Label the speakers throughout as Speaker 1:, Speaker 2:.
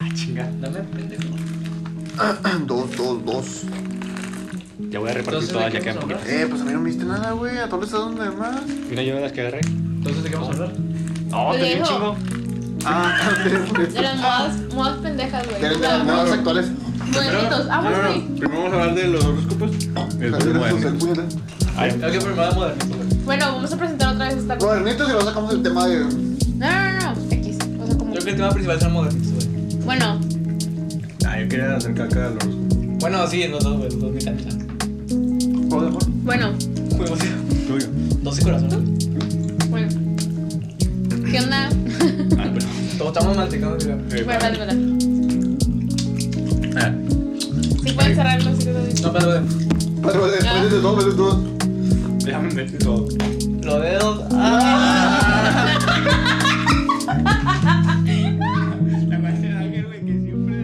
Speaker 1: Ah, chinga.
Speaker 2: Dame pendejo.
Speaker 3: Dos, dos, dos.
Speaker 1: Ya voy a repartir
Speaker 2: Entonces,
Speaker 1: todas, ya
Speaker 2: ¿de qué
Speaker 1: quedan
Speaker 2: vamos a
Speaker 1: poquitas.
Speaker 3: Eh, pues a mí no me diste nada, güey. A todos les estás dando de más.
Speaker 1: ¿Y no llevo las que agarré?
Speaker 2: Entonces, ¿de qué vamos a hablar?
Speaker 1: ¡Oh, te di un
Speaker 4: Viejo.
Speaker 1: chingo!
Speaker 3: Ah,
Speaker 4: De las modas, modas pendejas, güey.
Speaker 3: de las nuevas actuales.
Speaker 4: Modernitos. Ah,
Speaker 5: No, no,
Speaker 4: bueno,
Speaker 5: no. Primero vamos a hablar de los horóscopos. Y después de modernismos.
Speaker 1: Ay,
Speaker 2: Tengo que primero modernito, güey.
Speaker 4: sí. Bueno, vamos a presentar otra vez esta cosa.
Speaker 3: Modernitos y luego sacamos el tema de.
Speaker 4: No, no, no, no. X. O sea, como.
Speaker 2: Creo que el tema principal son modernistas, güey.
Speaker 4: Bueno,
Speaker 5: Ah, yo quería hacer caca de los horóscopos.
Speaker 2: Bueno, sí, en los dos, güey. Los dos mitad, mitad.
Speaker 4: bueno,
Speaker 2: Juegos.
Speaker 5: Tuyo.
Speaker 2: 12 corazones.
Speaker 4: bueno. ¿Qué onda?
Speaker 1: ah, perdón.
Speaker 2: Todos estamos manteniendo, güey.
Speaker 4: Bueno, dale, dale.
Speaker 5: Ah,
Speaker 4: Sí, pueden cerrar los
Speaker 2: No, pero güey.
Speaker 3: Pero después de dos, después de dos.
Speaker 1: Déjame meter todo.
Speaker 2: Los dedos. ¡Ah!
Speaker 5: La magia de Ángel, güey, que siempre.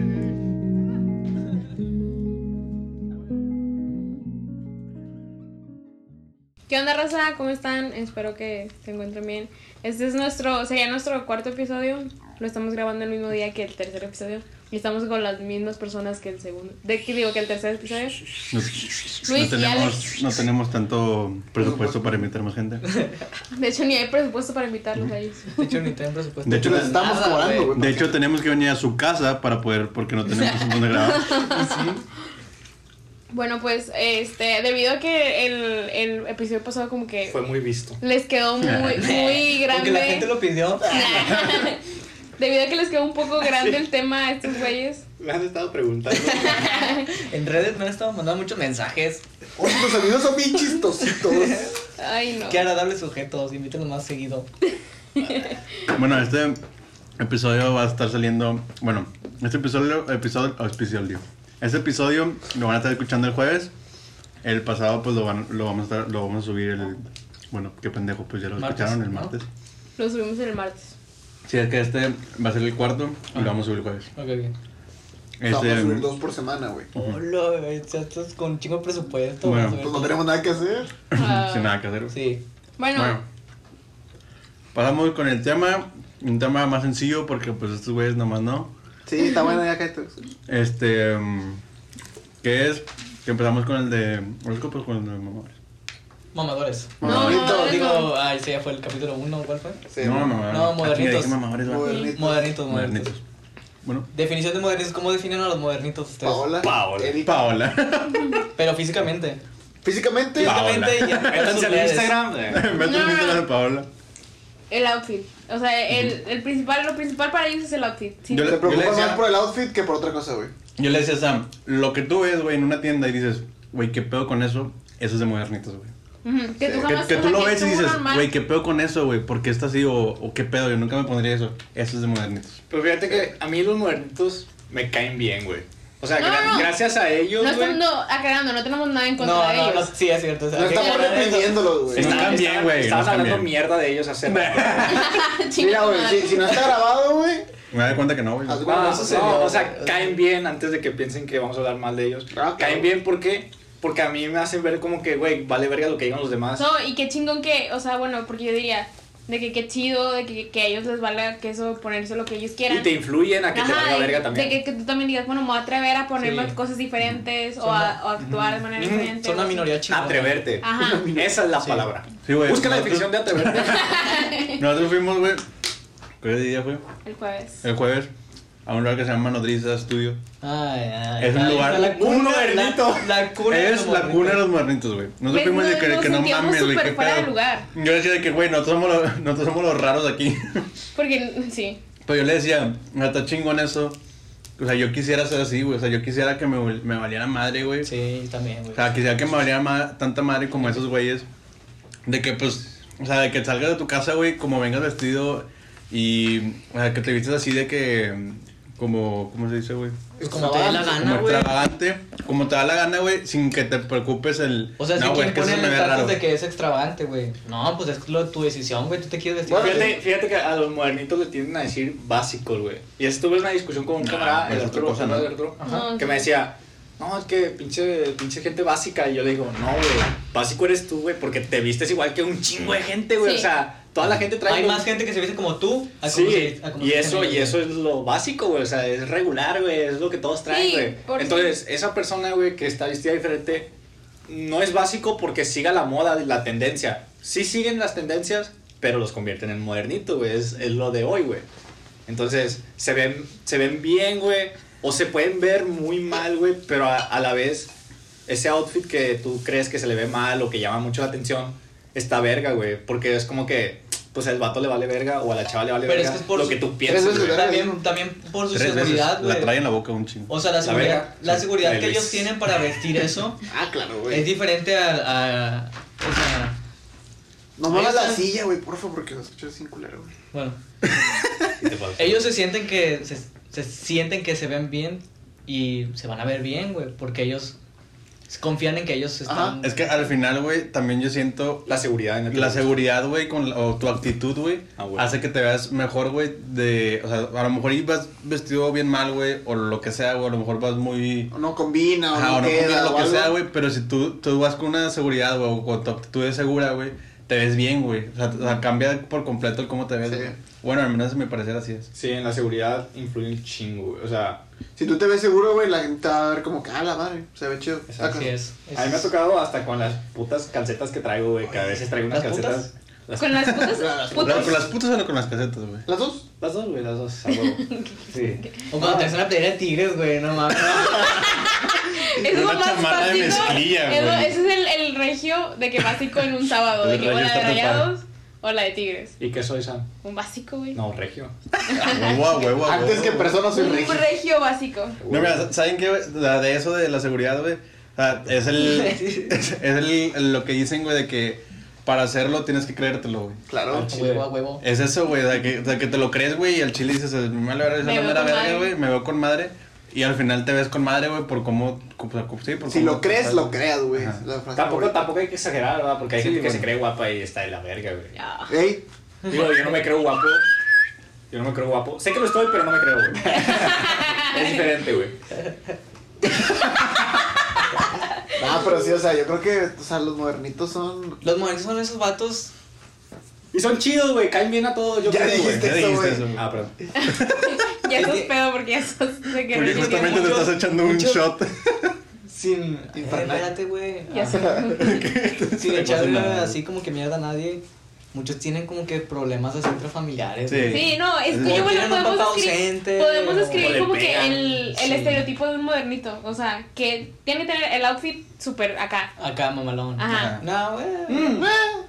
Speaker 4: ¿Qué onda, raza? ¿Cómo están? Espero que se encuentren bien. Este es nuestro, sería nuestro cuarto episodio. Lo estamos grabando el mismo día que el tercer episodio. Y estamos con las mismas personas que el segundo. De que digo que el tercer episodio.
Speaker 5: No, no
Speaker 4: y Alex.
Speaker 5: tenemos, no tenemos tanto presupuesto para invitar más gente.
Speaker 4: De hecho, ni hay presupuesto para invitarlos a ellos.
Speaker 2: De hecho, ni tengo presupuesto.
Speaker 5: De hecho,
Speaker 3: Les estamos
Speaker 2: Nada,
Speaker 3: cobrando, güey.
Speaker 5: De hecho, tenemos que venir a su casa para poder, porque no tenemos un donde grabar.
Speaker 4: Bueno, pues, este, debido a que el, el episodio pasado como que
Speaker 1: Fue muy visto.
Speaker 4: les quedó muy, muy grande.
Speaker 2: Porque la gente lo pidió.
Speaker 4: Debido a que les quedó un poco grande el tema a estos güeyes.
Speaker 1: Me han estado preguntando.
Speaker 2: En redes me han estado mandando muchos mensajes.
Speaker 3: Oye, los amigos son bien chistositos.
Speaker 4: Ay, no.
Speaker 2: Qué agradables sujetos. Invítenlos más seguido.
Speaker 5: Bueno, este episodio va a estar saliendo. Bueno, este episodio, episodio, oh, episodio. Este episodio lo van a estar escuchando el jueves. El pasado, pues lo, van, lo, vamos, a estar- lo vamos a subir el. Bueno, qué pendejo, pues ya lo
Speaker 2: Martes,
Speaker 5: escucharon el
Speaker 2: ¿no?
Speaker 5: martes.
Speaker 4: Lo subimos el martes.
Speaker 5: Sí, es que este va a ser el cuarto y lo vamos a subir el jueves.
Speaker 2: Ok, bien.
Speaker 3: Vamos a subir
Speaker 5: Este,
Speaker 3: dos por semana, güey.
Speaker 2: Hola, güey. ya estás con chingo de presupuesto.
Speaker 5: Bueno,
Speaker 2: güey.
Speaker 3: Pues no tenemos nada que hacer.
Speaker 4: Ah,
Speaker 5: sin nada que hacer.
Speaker 2: Sí.
Speaker 4: Bueno,
Speaker 5: Bueno, pasamos con el tema. Un tema más sencillo porque, pues, estos güeyes nomás no.
Speaker 3: Sí, está buena ya que.
Speaker 5: Este. mm, ¿Qué es? Que empezamos con el de horóscopos, pues, con el de mamadores.
Speaker 2: Mamadores.
Speaker 4: No,
Speaker 3: Modernitos.
Speaker 4: no,
Speaker 2: Digo, ay, ese ya fue el capítulo 1, ¿cuál fue?
Speaker 3: Sí,
Speaker 5: no,
Speaker 3: no.
Speaker 5: mamadores.
Speaker 2: No,
Speaker 5: Ah,
Speaker 2: modernitos.
Speaker 5: chinga, dije mamadores, va.
Speaker 3: Modernitos.
Speaker 2: Modernitos, modernitos.
Speaker 5: Modernitos. Bueno,
Speaker 2: Definición de modernitos, ¿cómo definen a los modernitos ustedes?
Speaker 3: Paola.
Speaker 5: Paola.
Speaker 3: Erika.
Speaker 5: Paola.
Speaker 2: Pero físicamente.
Speaker 3: Físicamente.
Speaker 5: Paola.
Speaker 2: Físicamente, ya.
Speaker 1: Métanse al
Speaker 2: redes.
Speaker 1: Instagram. eh.
Speaker 4: No,
Speaker 5: Vete al
Speaker 4: no,
Speaker 5: Instagram
Speaker 4: no.
Speaker 5: de Paola.
Speaker 4: el outfit. O sea, el, el principal, lo principal para ellos es el outfit. Sí.
Speaker 5: Yo
Speaker 3: Se preocupa
Speaker 5: decía-
Speaker 3: más por el outfit que por otra cosa, güey.
Speaker 5: Yo le decía a Sam, lo que tú ves, güey, en una tienda y dices, güey, ¿qué pedo con eso? Eso es de modernitos, güey.
Speaker 4: Ujú, Que tú,
Speaker 3: Sí.
Speaker 4: jamás,
Speaker 5: Que, que
Speaker 4: o
Speaker 5: tú
Speaker 4: sea,
Speaker 5: lo
Speaker 4: que
Speaker 5: ves y
Speaker 4: tú
Speaker 5: dices,
Speaker 4: normal-
Speaker 5: güey, ¿qué pedo con eso, güey? ¿Por qué está así? O, o ¿qué pedo? Yo nunca me pondría eso. Eso es de modernitos.
Speaker 1: Pero fíjate que a mí los modernitos me caen bien, güey. O sea,
Speaker 4: No,
Speaker 1: gra-
Speaker 4: no, no.
Speaker 1: gracias a ellos,
Speaker 4: No
Speaker 1: güey.
Speaker 4: estamos no, aclarando, no tenemos nada en
Speaker 2: No,
Speaker 4: contra de
Speaker 2: no,
Speaker 4: ellos.
Speaker 2: no, sí, es cierto. o sea,
Speaker 3: No
Speaker 2: que-
Speaker 3: estamos
Speaker 2: que-
Speaker 3: reprimiéndolos,
Speaker 1: Está-
Speaker 3: güey.
Speaker 5: Nos caen
Speaker 1: está-
Speaker 5: bien, güey,
Speaker 1: Estabas
Speaker 5: nos caen
Speaker 1: hablando
Speaker 5: bien.
Speaker 1: mierda de ellos hace rato.
Speaker 4: Ah, Chinga
Speaker 3: Mira,
Speaker 4: tu
Speaker 3: güey,
Speaker 4: madre.
Speaker 3: si, si no está grabado, güey.
Speaker 5: Me da cuenta que no, güey.
Speaker 3: haz
Speaker 1: No,
Speaker 3: de cuenta que
Speaker 1: Ah, no,
Speaker 3: eso
Speaker 2: se
Speaker 3: sería-
Speaker 2: dio.
Speaker 1: o sea, caen bien antes de que piensen que vamos a hablar mal de ellos.
Speaker 3: Ah, claro.
Speaker 1: Caen bien porque, porque a mí me hacen ver como que, güey, vale verga lo que digan los demás.
Speaker 4: No, y qué chingón que, o sea, bueno, porque yo diría, de que qué chido, de que, que a ellos les valga que eso, ponerse lo que ellos quieran.
Speaker 1: y te influyen a que te
Speaker 4: Ajá,
Speaker 1: valga
Speaker 4: de-
Speaker 1: verga también.
Speaker 4: De que, que tú también digas, bueno, me voy a atrever a ponerme
Speaker 2: Sí.
Speaker 4: cosas diferentes o
Speaker 2: Son
Speaker 4: a,
Speaker 2: una-
Speaker 4: o a actuar de manera
Speaker 1: Ujú,
Speaker 4: diferente.
Speaker 2: Son
Speaker 4: o
Speaker 2: una
Speaker 4: así.
Speaker 2: minoría chingona.
Speaker 1: Atreverte.
Speaker 4: Ajá.
Speaker 1: Esa es la palabra.
Speaker 5: Sí, güey.
Speaker 1: Busca la
Speaker 5: Nosotros-
Speaker 1: definición de atreverte.
Speaker 5: Nosotros fuimos, güey. ¿Qué día fue?
Speaker 4: El jueves.
Speaker 5: El jueves. A un lugar que se llama Nodriza Studio.
Speaker 2: Ay, ay,
Speaker 5: Es un
Speaker 2: ahí
Speaker 5: lugar-
Speaker 2: está la
Speaker 5: un
Speaker 2: cuna,
Speaker 1: modernito.
Speaker 2: La, la cuna. de
Speaker 5: es
Speaker 2: los
Speaker 5: la cuna de
Speaker 2: modernitos.
Speaker 5: los modernitos, güey. Nosotros
Speaker 4: Güey,
Speaker 5: fuimos de
Speaker 4: no,
Speaker 5: que,
Speaker 4: nos
Speaker 5: que no
Speaker 4: sentíamos
Speaker 5: mames, güey.
Speaker 4: súper
Speaker 5: qué
Speaker 4: fuera de
Speaker 5: pedo.
Speaker 4: lugar.
Speaker 5: Yo decía de que, güey, nosotros somos, los, nosotros somos los raros de aquí.
Speaker 4: Porque, sí.
Speaker 5: Pero yo le decía, "Ah, está chingón eso. O sea, yo quisiera ser así, güey. O sea, yo quisiera que me, val- me valiera madre, güey.
Speaker 2: Sí, también,
Speaker 5: O
Speaker 2: güey.
Speaker 5: sea, quisiera que me valiera ma- tanta madre como esos güeyes. De que, pues, o sea, de que salgas de tu casa, güey, como vengas vestido y, o sea, que te vistas así de que, mm, como, ¿cómo se dice, güey?
Speaker 2: Pues como te dé la
Speaker 5: Como
Speaker 2: gana, güey.
Speaker 5: extravagante, como te da la gana, güey, sin que te preocupes el...
Speaker 2: O sea, es
Speaker 5: no,
Speaker 2: que
Speaker 5: güey,
Speaker 2: quién pone
Speaker 5: eso
Speaker 2: el
Speaker 5: se me ve
Speaker 2: estatus
Speaker 5: raro".
Speaker 2: de que es extravagante, güey. No, pues es lo- tu decisión, güey. Tú te quieres vestir.
Speaker 3: Bueno,
Speaker 2: así.
Speaker 1: Fíjate, fíjate que a los modernitos le tienden a decir básicos, güey. Y estuve en una discusión con un
Speaker 5: Ah,
Speaker 1: camarada,
Speaker 5: pues,
Speaker 1: el
Speaker 5: otra
Speaker 1: otro,
Speaker 5: cosa,
Speaker 1: camarada
Speaker 5: ¿no?
Speaker 1: del otro,
Speaker 4: Ajá. No,
Speaker 1: que
Speaker 4: sí.
Speaker 1: me decía, no, es que pinche, pinche gente básica. Y yo le digo, no, güey, básico eres tú, güey, porque te vistes igual que un chingo de gente, güey.
Speaker 4: Sí.
Speaker 1: O sea, Toda la gente trae.
Speaker 2: Hay
Speaker 1: los-
Speaker 2: más gente que se viste como tú. a como
Speaker 1: Sí,
Speaker 2: se- a como
Speaker 1: y
Speaker 2: se
Speaker 1: eso,
Speaker 2: visten
Speaker 1: y
Speaker 2: ellos.
Speaker 1: eso es lo básico, güey. O sea, es regular, güey. Es lo que todos traen,
Speaker 4: Sí,
Speaker 1: güey.
Speaker 4: por-
Speaker 1: Entonces, esa persona, güey, que está vestida diferente, no es básico porque siga la moda, la tendencia. Sí siguen las tendencias, pero los convierten en modernito, güey. Es, es lo de hoy, güey. Entonces, se ven, se ven bien, güey. O se pueden ver muy mal, güey. Pero a, a la vez, ese outfit que tú crees que se le ve mal o que llama mucho la atención, está verga, güey. Porque es como que, pues al vato le vale verga o a la chava le vale
Speaker 2: Pero
Speaker 1: verga.
Speaker 2: es que es por
Speaker 1: lo
Speaker 2: su-
Speaker 1: que tú piensas,
Speaker 3: veces
Speaker 1: güey.
Speaker 3: verga.
Speaker 2: También, también por su
Speaker 5: Tres veces.
Speaker 2: seguridad,
Speaker 5: La trae
Speaker 2: güey.
Speaker 5: en la boca un chingo.
Speaker 2: O sea, la
Speaker 1: La
Speaker 2: seguridad,
Speaker 1: verga.
Speaker 2: la,
Speaker 1: Sí.
Speaker 2: seguridad
Speaker 1: Ay,
Speaker 2: que
Speaker 1: Luis.
Speaker 2: ellos tienen para vestir eso
Speaker 3: Ah, claro,
Speaker 2: es
Speaker 3: güey.
Speaker 2: diferente a. a- o sea,
Speaker 3: No muevas
Speaker 2: Ahí
Speaker 3: la
Speaker 2: está.
Speaker 3: silla, güey, porfa, porque se escucha sin culero, güey.
Speaker 2: bueno.
Speaker 1: Y te pasa.
Speaker 2: Ellos se sienten que se, se sienten que se ven bien y se van a ver bien, güey, porque ellos confían en que ellos están.
Speaker 5: Es que al final, güey, también yo siento
Speaker 1: La seguridad en el
Speaker 5: la
Speaker 1: que-
Speaker 5: seguridad, güey, con la- o tu actitud, güey,
Speaker 1: Ah, güey.
Speaker 5: hace que te veas mejor, güey, de, o sea, a lo mejor ibas vestido bien mal, güey, o lo que sea, güey, a lo mejor vas muy
Speaker 3: O no combina, o
Speaker 5: Ajá,
Speaker 3: no,
Speaker 5: o no
Speaker 3: Ah, queda,
Speaker 5: combina
Speaker 3: o
Speaker 5: lo que
Speaker 3: algo.
Speaker 5: sea, güey, pero si tú, tú vas con una seguridad, güey, o con tu actitud de segura, güey, te ves bien, güey. O sea, o sea, cambia por completo el cómo te ves.
Speaker 3: Sí.
Speaker 5: güey. Bueno, al menos a mi parecer así es.
Speaker 1: Sí, en la seguridad influye un chingo, güey. O sea,
Speaker 3: Si tú te ves seguro, güey, la gente va a ver como que, ah, la madre, se ve chido.
Speaker 1: Exacto.
Speaker 2: Así es.
Speaker 1: a mí me ha
Speaker 2: es-
Speaker 1: tocado hasta con las putas calcetas que traigo, güey. Que a veces traigo unas
Speaker 2: ¿Las
Speaker 1: calcetas. Las,
Speaker 4: Con las putas.
Speaker 3: Las-
Speaker 5: No,
Speaker 4: putas.
Speaker 5: con las putas o con las casetas, güey.
Speaker 3: ¿Las dos?
Speaker 1: las dos, güey, las dos. a huevo. Sí.
Speaker 2: O cuando
Speaker 1: Ah.
Speaker 2: te hacen la playera de tigres, güey, no mames.
Speaker 4: Es lo
Speaker 5: Una
Speaker 4: más
Speaker 5: chamarra de
Speaker 4: básico.
Speaker 5: mezclilla,
Speaker 4: es lo-
Speaker 5: güey.
Speaker 4: ese es el, el regio de que básico en un sábado. de
Speaker 5: El
Speaker 4: que o
Speaker 5: regio
Speaker 4: la de
Speaker 5: está preparado.
Speaker 4: rayados o la de tigres.
Speaker 1: ¿Y qué soy, Sam?
Speaker 4: Un básico, güey.
Speaker 1: No, regio.
Speaker 5: A huevo, a huevo, a
Speaker 3: Antes
Speaker 5: huevo,
Speaker 3: que
Speaker 5: güey.
Speaker 3: persona soy
Speaker 4: Un
Speaker 3: regio.
Speaker 4: regio básico.
Speaker 5: No, mira, ¿saben qué? güey? La de eso de la seguridad, güey. O sea, es el. es el, lo que dicen, güey, de que para hacerlo tienes que creértelo, güey.
Speaker 3: Claro.
Speaker 1: Ah,
Speaker 2: A
Speaker 1: chile.
Speaker 2: huevo, a huevo.
Speaker 5: Es eso, güey, de que, de que te lo crees, güey, y al chile dices, me vale verga, esa
Speaker 4: Me veo
Speaker 5: bandera
Speaker 4: con
Speaker 5: verga,
Speaker 4: madre".
Speaker 5: güey, me veo con madre. Y al final te ves con madre, güey, por cómo. o sea, sí, por
Speaker 3: Si
Speaker 5: cómo
Speaker 3: lo
Speaker 5: te
Speaker 3: crees,
Speaker 5: tratas.
Speaker 3: lo creas, güey.
Speaker 5: Ajá.
Speaker 3: La frase
Speaker 1: Tampoco,
Speaker 3: favorita.
Speaker 1: tampoco hay que exagerar, ¿verdad? Porque hay
Speaker 5: Sí,
Speaker 1: gente que
Speaker 5: bueno.
Speaker 1: se cree guapa y está de la verga, güey.
Speaker 4: Ya.
Speaker 3: Ey,
Speaker 1: Digo, yo no me creo guapo. Yo no me creo guapo. Sé que lo estoy, pero no me creo, güey. es diferente, güey.
Speaker 3: ah, pero sí, o sea, yo creo que, o sea, los modernitos son...
Speaker 2: Los momentos son esos vatos.
Speaker 1: Y son chidos, güey. Caen bien a todos. Yo
Speaker 3: Ya
Speaker 1: creo, güey.
Speaker 3: dijiste
Speaker 5: Ya
Speaker 3: eso,
Speaker 5: dijiste
Speaker 3: güey.
Speaker 5: eso, güey.
Speaker 1: Ah, perdón.
Speaker 4: Ya sos pedo porque ya sos de que
Speaker 5: Porque
Speaker 4: regio tiene
Speaker 5: justamente te
Speaker 4: mucho-
Speaker 5: estás echando un
Speaker 2: mucho-
Speaker 5: shot.
Speaker 2: Sin. eh,
Speaker 3: Infernal.
Speaker 2: Espérate, güey.
Speaker 4: Ya
Speaker 2: Ah,
Speaker 4: sos.
Speaker 2: Sin
Speaker 5: No
Speaker 2: echarle
Speaker 5: pasa nada.
Speaker 2: así como que mierda a nadie. Muchos tienen como que problemas así intrafamiliares.
Speaker 5: Sí.
Speaker 2: güey.
Speaker 4: Sí, no, es
Speaker 5: O
Speaker 4: que yo bueno,
Speaker 2: tienen un papá
Speaker 4: podemos
Speaker 2: ausente,
Speaker 4: escribir, podemos
Speaker 2: o-
Speaker 1: o
Speaker 4: escribir
Speaker 1: le
Speaker 4: como que
Speaker 1: pegan.
Speaker 4: el, el
Speaker 2: Sí.
Speaker 4: estereotipo de un modernito, o sea, que tiene que tener el outfit súper acá.
Speaker 2: Acá, mamalón.
Speaker 4: Ajá.
Speaker 2: No, güey.
Speaker 1: Mm.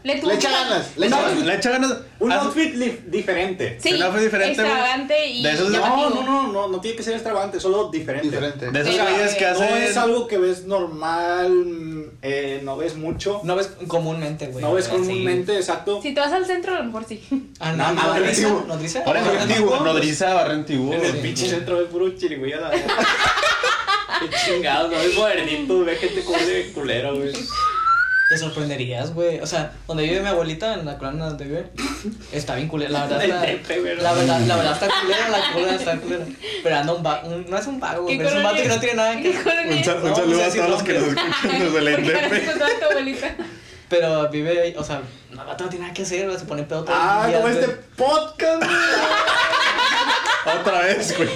Speaker 4: Le, tuvo
Speaker 3: Le
Speaker 4: que-
Speaker 3: echa ganas, le echa
Speaker 1: No,
Speaker 3: ganas.
Speaker 5: Le echa ganas.
Speaker 1: Un
Speaker 5: Haz-
Speaker 1: outfit li- diferente.
Speaker 4: Sí,
Speaker 5: El outfit diferente, güey.
Speaker 4: extravagante y
Speaker 5: De esos de-
Speaker 1: No,
Speaker 4: llamativo.
Speaker 1: no, no, no, no tiene que ser extravagante, solo diferente.
Speaker 3: Diferente.
Speaker 5: De esos
Speaker 4: Pero,
Speaker 5: güeyes que
Speaker 4: eh,
Speaker 5: hacen.
Speaker 1: No es algo que ves normal, eh, no ves mucho,
Speaker 2: No ves comúnmente, güey.
Speaker 1: no ves
Speaker 2: así.
Speaker 1: comúnmente, exacto.
Speaker 4: Si te vas al centro, a lo mejor sí.
Speaker 2: Ah,
Speaker 1: Nada
Speaker 2: no,
Speaker 1: más,
Speaker 2: nodriza,
Speaker 3: antiguo.
Speaker 2: nodriza.
Speaker 5: Ahora es
Speaker 2: Ah,
Speaker 5: antiguo.
Speaker 2: no.
Speaker 5: Nodriza, barrentivo.
Speaker 1: En el
Speaker 2: Sí.
Speaker 1: pinche centro ves puro chirigüeya. la verdad. Qué chingados, no es modernito, ve gente como de culero, güey.
Speaker 2: Te sorprenderías, güey. O sea, donde vive mi abuelita, en la colonia donde vive, está bien culera. La verdad,
Speaker 1: El
Speaker 2: está,
Speaker 1: Pepe, ¿verdad?
Speaker 2: la verdad, la verdad está culera, la colonia está culera. Pero anda un vago, no es un vago, güey, es un vato que no tiene nada que
Speaker 4: ¿Qué colonia
Speaker 5: Un,
Speaker 4: es?
Speaker 5: sal- un
Speaker 2: No,
Speaker 5: saludo
Speaker 2: pues
Speaker 5: a
Speaker 2: así
Speaker 5: todos los que
Speaker 2: nombre.
Speaker 5: nos escuchan desde la
Speaker 4: Porque vas a
Speaker 5: INDEP.
Speaker 4: encontrar a tu abuelita.
Speaker 2: Pero vive, ahí, o sea, el vato no tiene nada que hacer, güey, se pone pedo todo el
Speaker 3: Ah,
Speaker 2: día,
Speaker 3: como
Speaker 2: güey.
Speaker 3: este podcast, güey.
Speaker 5: Otra vez, güey.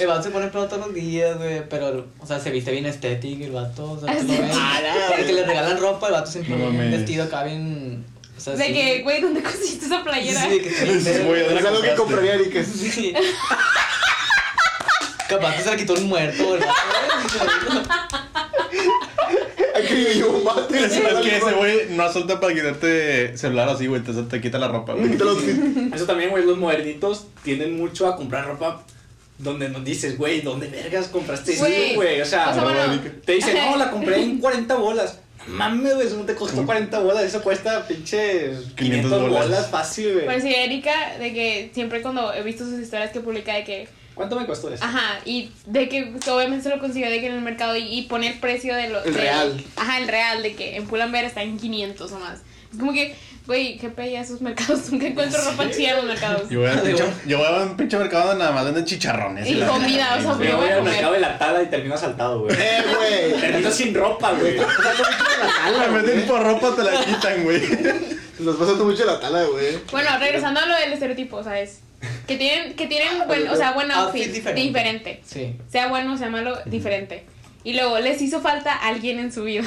Speaker 2: El vato se pone pedo todos los días, güey, pero, o sea, se viste bien estético, el vato, o sea, tú lo ves.
Speaker 4: Ah,
Speaker 2: El que le regalan ropa, el vato siempre
Speaker 5: No
Speaker 2: bien
Speaker 5: mames.
Speaker 2: vestido acá bien, o sea,
Speaker 4: De
Speaker 2: sí.
Speaker 4: que, güey, ¿dónde conseguiste esa playera?
Speaker 2: Sí, de que se viste-
Speaker 5: Güey, ¿dónde
Speaker 3: Es algo que
Speaker 5: compraste?
Speaker 3: compraría Eric. es-
Speaker 2: Sí. Capaz que se la quitó un muerto, ¿verdad?
Speaker 3: Aquí vive yo un vato y le
Speaker 5: Es
Speaker 3: regalo
Speaker 5: que
Speaker 3: algo.
Speaker 5: ese güey no suelta para quitarte celular así, güey. Te, te quita la ropa, güey.
Speaker 3: Mm, Te los-
Speaker 1: Eso también, güey, los modernitos tienden mucho a comprar ropa donde nos dices, güey, ¿dónde vergas compraste eso,
Speaker 4: Güey.
Speaker 1: güey? O sea,
Speaker 4: O sea, bueno.
Speaker 1: te dicen, no, la compré en 40 bolas. No Mames, güey, eso no te costó 40 bolas, eso cuesta pinches 500 bolas,
Speaker 5: bolas
Speaker 1: fácil, güey.
Speaker 4: Pero sí, Erika, de que siempre cuando he visto sus historias que publica de que,
Speaker 1: ¿Cuánto me costó eso?
Speaker 4: ajá, y de que obviamente se lo consiguió de que en el mercado y, y pone el precio de lo...
Speaker 3: El
Speaker 4: de-
Speaker 3: real.
Speaker 4: Ajá, el real, de que en Pull&Bear está en 500 o más. Es como que, güey, qué pella esos mercados, nunca encuentro ropa chida en los mercados.
Speaker 5: Yo voy, a pinche, yo voy a un pinche mercado donde nada más venden chicharrones.
Speaker 4: Y
Speaker 5: la-
Speaker 4: comida, o sea,
Speaker 1: Me
Speaker 4: Yo
Speaker 1: voy
Speaker 4: voy a
Speaker 1: al
Speaker 4: comer.
Speaker 1: mercado de la tala y termino saltado, güey.
Speaker 3: Eh, güey.
Speaker 1: Termino sin ropa, güey.
Speaker 5: Te meten por ropa, te la quitan, güey.
Speaker 3: Nos pasando mucho la tala, güey.
Speaker 4: Bueno, regresando a lo del estereotipo, o sea, es que tienen, que tienen buen, o sea, buen outfit,
Speaker 2: Outfit
Speaker 4: diferente.
Speaker 2: diferente. Sí.
Speaker 4: Sea bueno o sea malo, diferente. Y luego, les hizo falta alguien en su vida.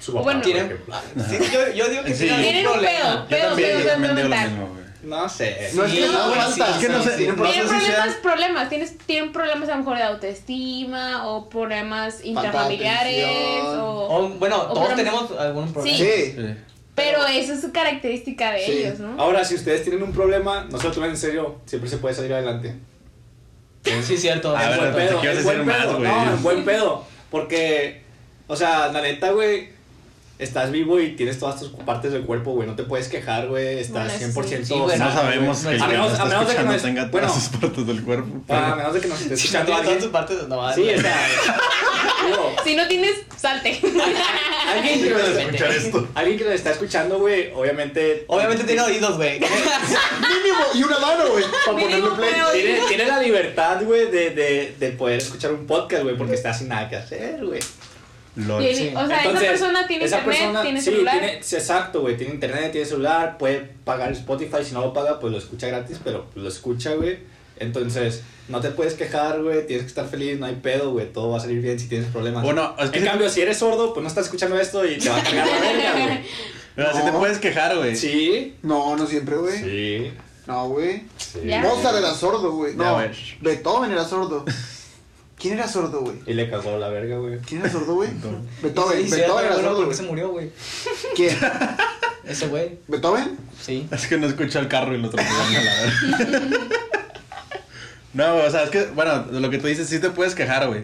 Speaker 1: Su papá,
Speaker 4: Bueno.
Speaker 1: por
Speaker 2: Tienen-
Speaker 1: ejemplo.
Speaker 2: Sí, yo, yo digo que
Speaker 5: Sí.
Speaker 2: algún
Speaker 4: Tienen un pedo,
Speaker 2: problema.
Speaker 5: Yo
Speaker 4: pedo,
Speaker 5: también,
Speaker 4: pedo,
Speaker 5: yo también
Speaker 4: pedo
Speaker 5: digo lo
Speaker 4: mental.
Speaker 5: mismo, güey.
Speaker 1: No sé.
Speaker 3: No es que
Speaker 2: Sí,
Speaker 3: no
Speaker 2: güey,
Speaker 3: falta.
Speaker 2: sí,
Speaker 3: es que no
Speaker 5: sí,
Speaker 3: sé.
Speaker 5: sí.
Speaker 3: no
Speaker 4: Tienen
Speaker 5: sé si
Speaker 4: problemas,
Speaker 5: sean-
Speaker 4: problemas. Tienes, tienen problemas a lo mejor de autoestima o problemas intrafamiliares
Speaker 3: atención.
Speaker 4: o...
Speaker 2: O, Oh, bueno,
Speaker 4: O
Speaker 2: todos
Speaker 4: problemas.
Speaker 2: tenemos algún problema.
Speaker 3: Sí.
Speaker 5: Sí.
Speaker 4: Pero eso es su característica de
Speaker 3: Sí.
Speaker 4: ellos, ¿no?
Speaker 1: Ahora, si ustedes tienen un problema, no se lo tomen en serio, siempre se puede salir adelante.
Speaker 2: Sí, cierto.
Speaker 5: A
Speaker 1: En
Speaker 5: ver,
Speaker 1: buen
Speaker 5: entonces,
Speaker 1: pedo,
Speaker 5: ¿qué vas a
Speaker 1: en buen
Speaker 5: decir más,
Speaker 1: pedo,
Speaker 5: güey?
Speaker 1: No, en buen pedo. Porque, o sea, la neta, güey, estás vivo y tienes todas tus partes del cuerpo, güey. No te puedes quejar, güey. Estás
Speaker 4: Bueno, eso sí.
Speaker 1: 100%
Speaker 2: Sí, güey,
Speaker 5: No
Speaker 1: sano,
Speaker 5: sabemos
Speaker 2: no
Speaker 5: que el
Speaker 2: existe.
Speaker 5: que
Speaker 1: A
Speaker 5: nos
Speaker 1: menos- a
Speaker 5: está
Speaker 1: menos de que
Speaker 5: escuchando
Speaker 1: no es-
Speaker 5: tenga
Speaker 1: bueno.
Speaker 5: todas sus partes del cuerpo.
Speaker 1: güey. Ah, A menos de que nos estés
Speaker 2: Si no
Speaker 1: escuchando
Speaker 2: tiene todas sus
Speaker 1: alguien.
Speaker 2: partes, no
Speaker 1: Sí, o sea, digo,
Speaker 4: Si no tienes, salte.
Speaker 1: alguien que
Speaker 5: Quiero
Speaker 1: nos-
Speaker 5: escuchar esto.
Speaker 1: alguien que nos está escuchando, güey, obviamente.
Speaker 2: Obviamente tiene oídos, güey.
Speaker 3: Mínimo. Y una mano, güey. Para ponerle
Speaker 4: Mínimo,
Speaker 3: play.
Speaker 4: pero-
Speaker 1: Tiene, tiene la libertad, güey, de, de, de poder escuchar un podcast, güey, porque está sin nada que hacer, güey.
Speaker 5: Lol.
Speaker 4: Tiene-
Speaker 2: Sí.
Speaker 4: O sea,
Speaker 1: Entonces,
Speaker 4: esa persona tiene
Speaker 1: esa
Speaker 4: internet,
Speaker 1: persona-
Speaker 4: tiene
Speaker 1: sí,
Speaker 4: celular.
Speaker 1: tiene- sí, exacto, güey. Tiene internet, tiene celular, puede pagar Spotify. Si no lo paga, pues lo escucha gratis, pero lo escucha, güey. Entonces, no te puedes quejar, güey. Tienes que estar feliz, no hay pedo, güey. Todo va a salir bien si tienes problemas.
Speaker 5: Bueno, es que-
Speaker 1: En cambio, si eres sordo, pues no estás escuchando esto y te va a cargar la verga, güey.
Speaker 5: Pero así te
Speaker 3: No.
Speaker 5: puedes quejar, güey.
Speaker 1: Sí.
Speaker 3: No, no siempre, güey.
Speaker 1: Sí.
Speaker 3: No, güey.
Speaker 1: sí.
Speaker 4: Ya.
Speaker 3: Mozart era sordo, güey.
Speaker 5: Ya,
Speaker 3: No,
Speaker 5: güey.
Speaker 3: Beethoven era sordo. ¿Quién era sordo, güey?
Speaker 1: Y le cagó la verga, güey.
Speaker 3: ¿Quién era sordo, güey?
Speaker 5: Beethoven.
Speaker 3: Beethoven.
Speaker 2: Sí, cierto,
Speaker 3: Beethoven era
Speaker 2: bueno,
Speaker 3: sordo,
Speaker 2: ¿por qué se
Speaker 3: güey.
Speaker 2: murió, güey?
Speaker 3: ¿Quién?
Speaker 2: Ese güey,
Speaker 3: ¿Beethoven?
Speaker 2: sí.
Speaker 5: Es que no escucha el carro y lo atropellando, la verdad. No, o sea, es que, bueno, lo que tú dices sí te puedes quejar, güey.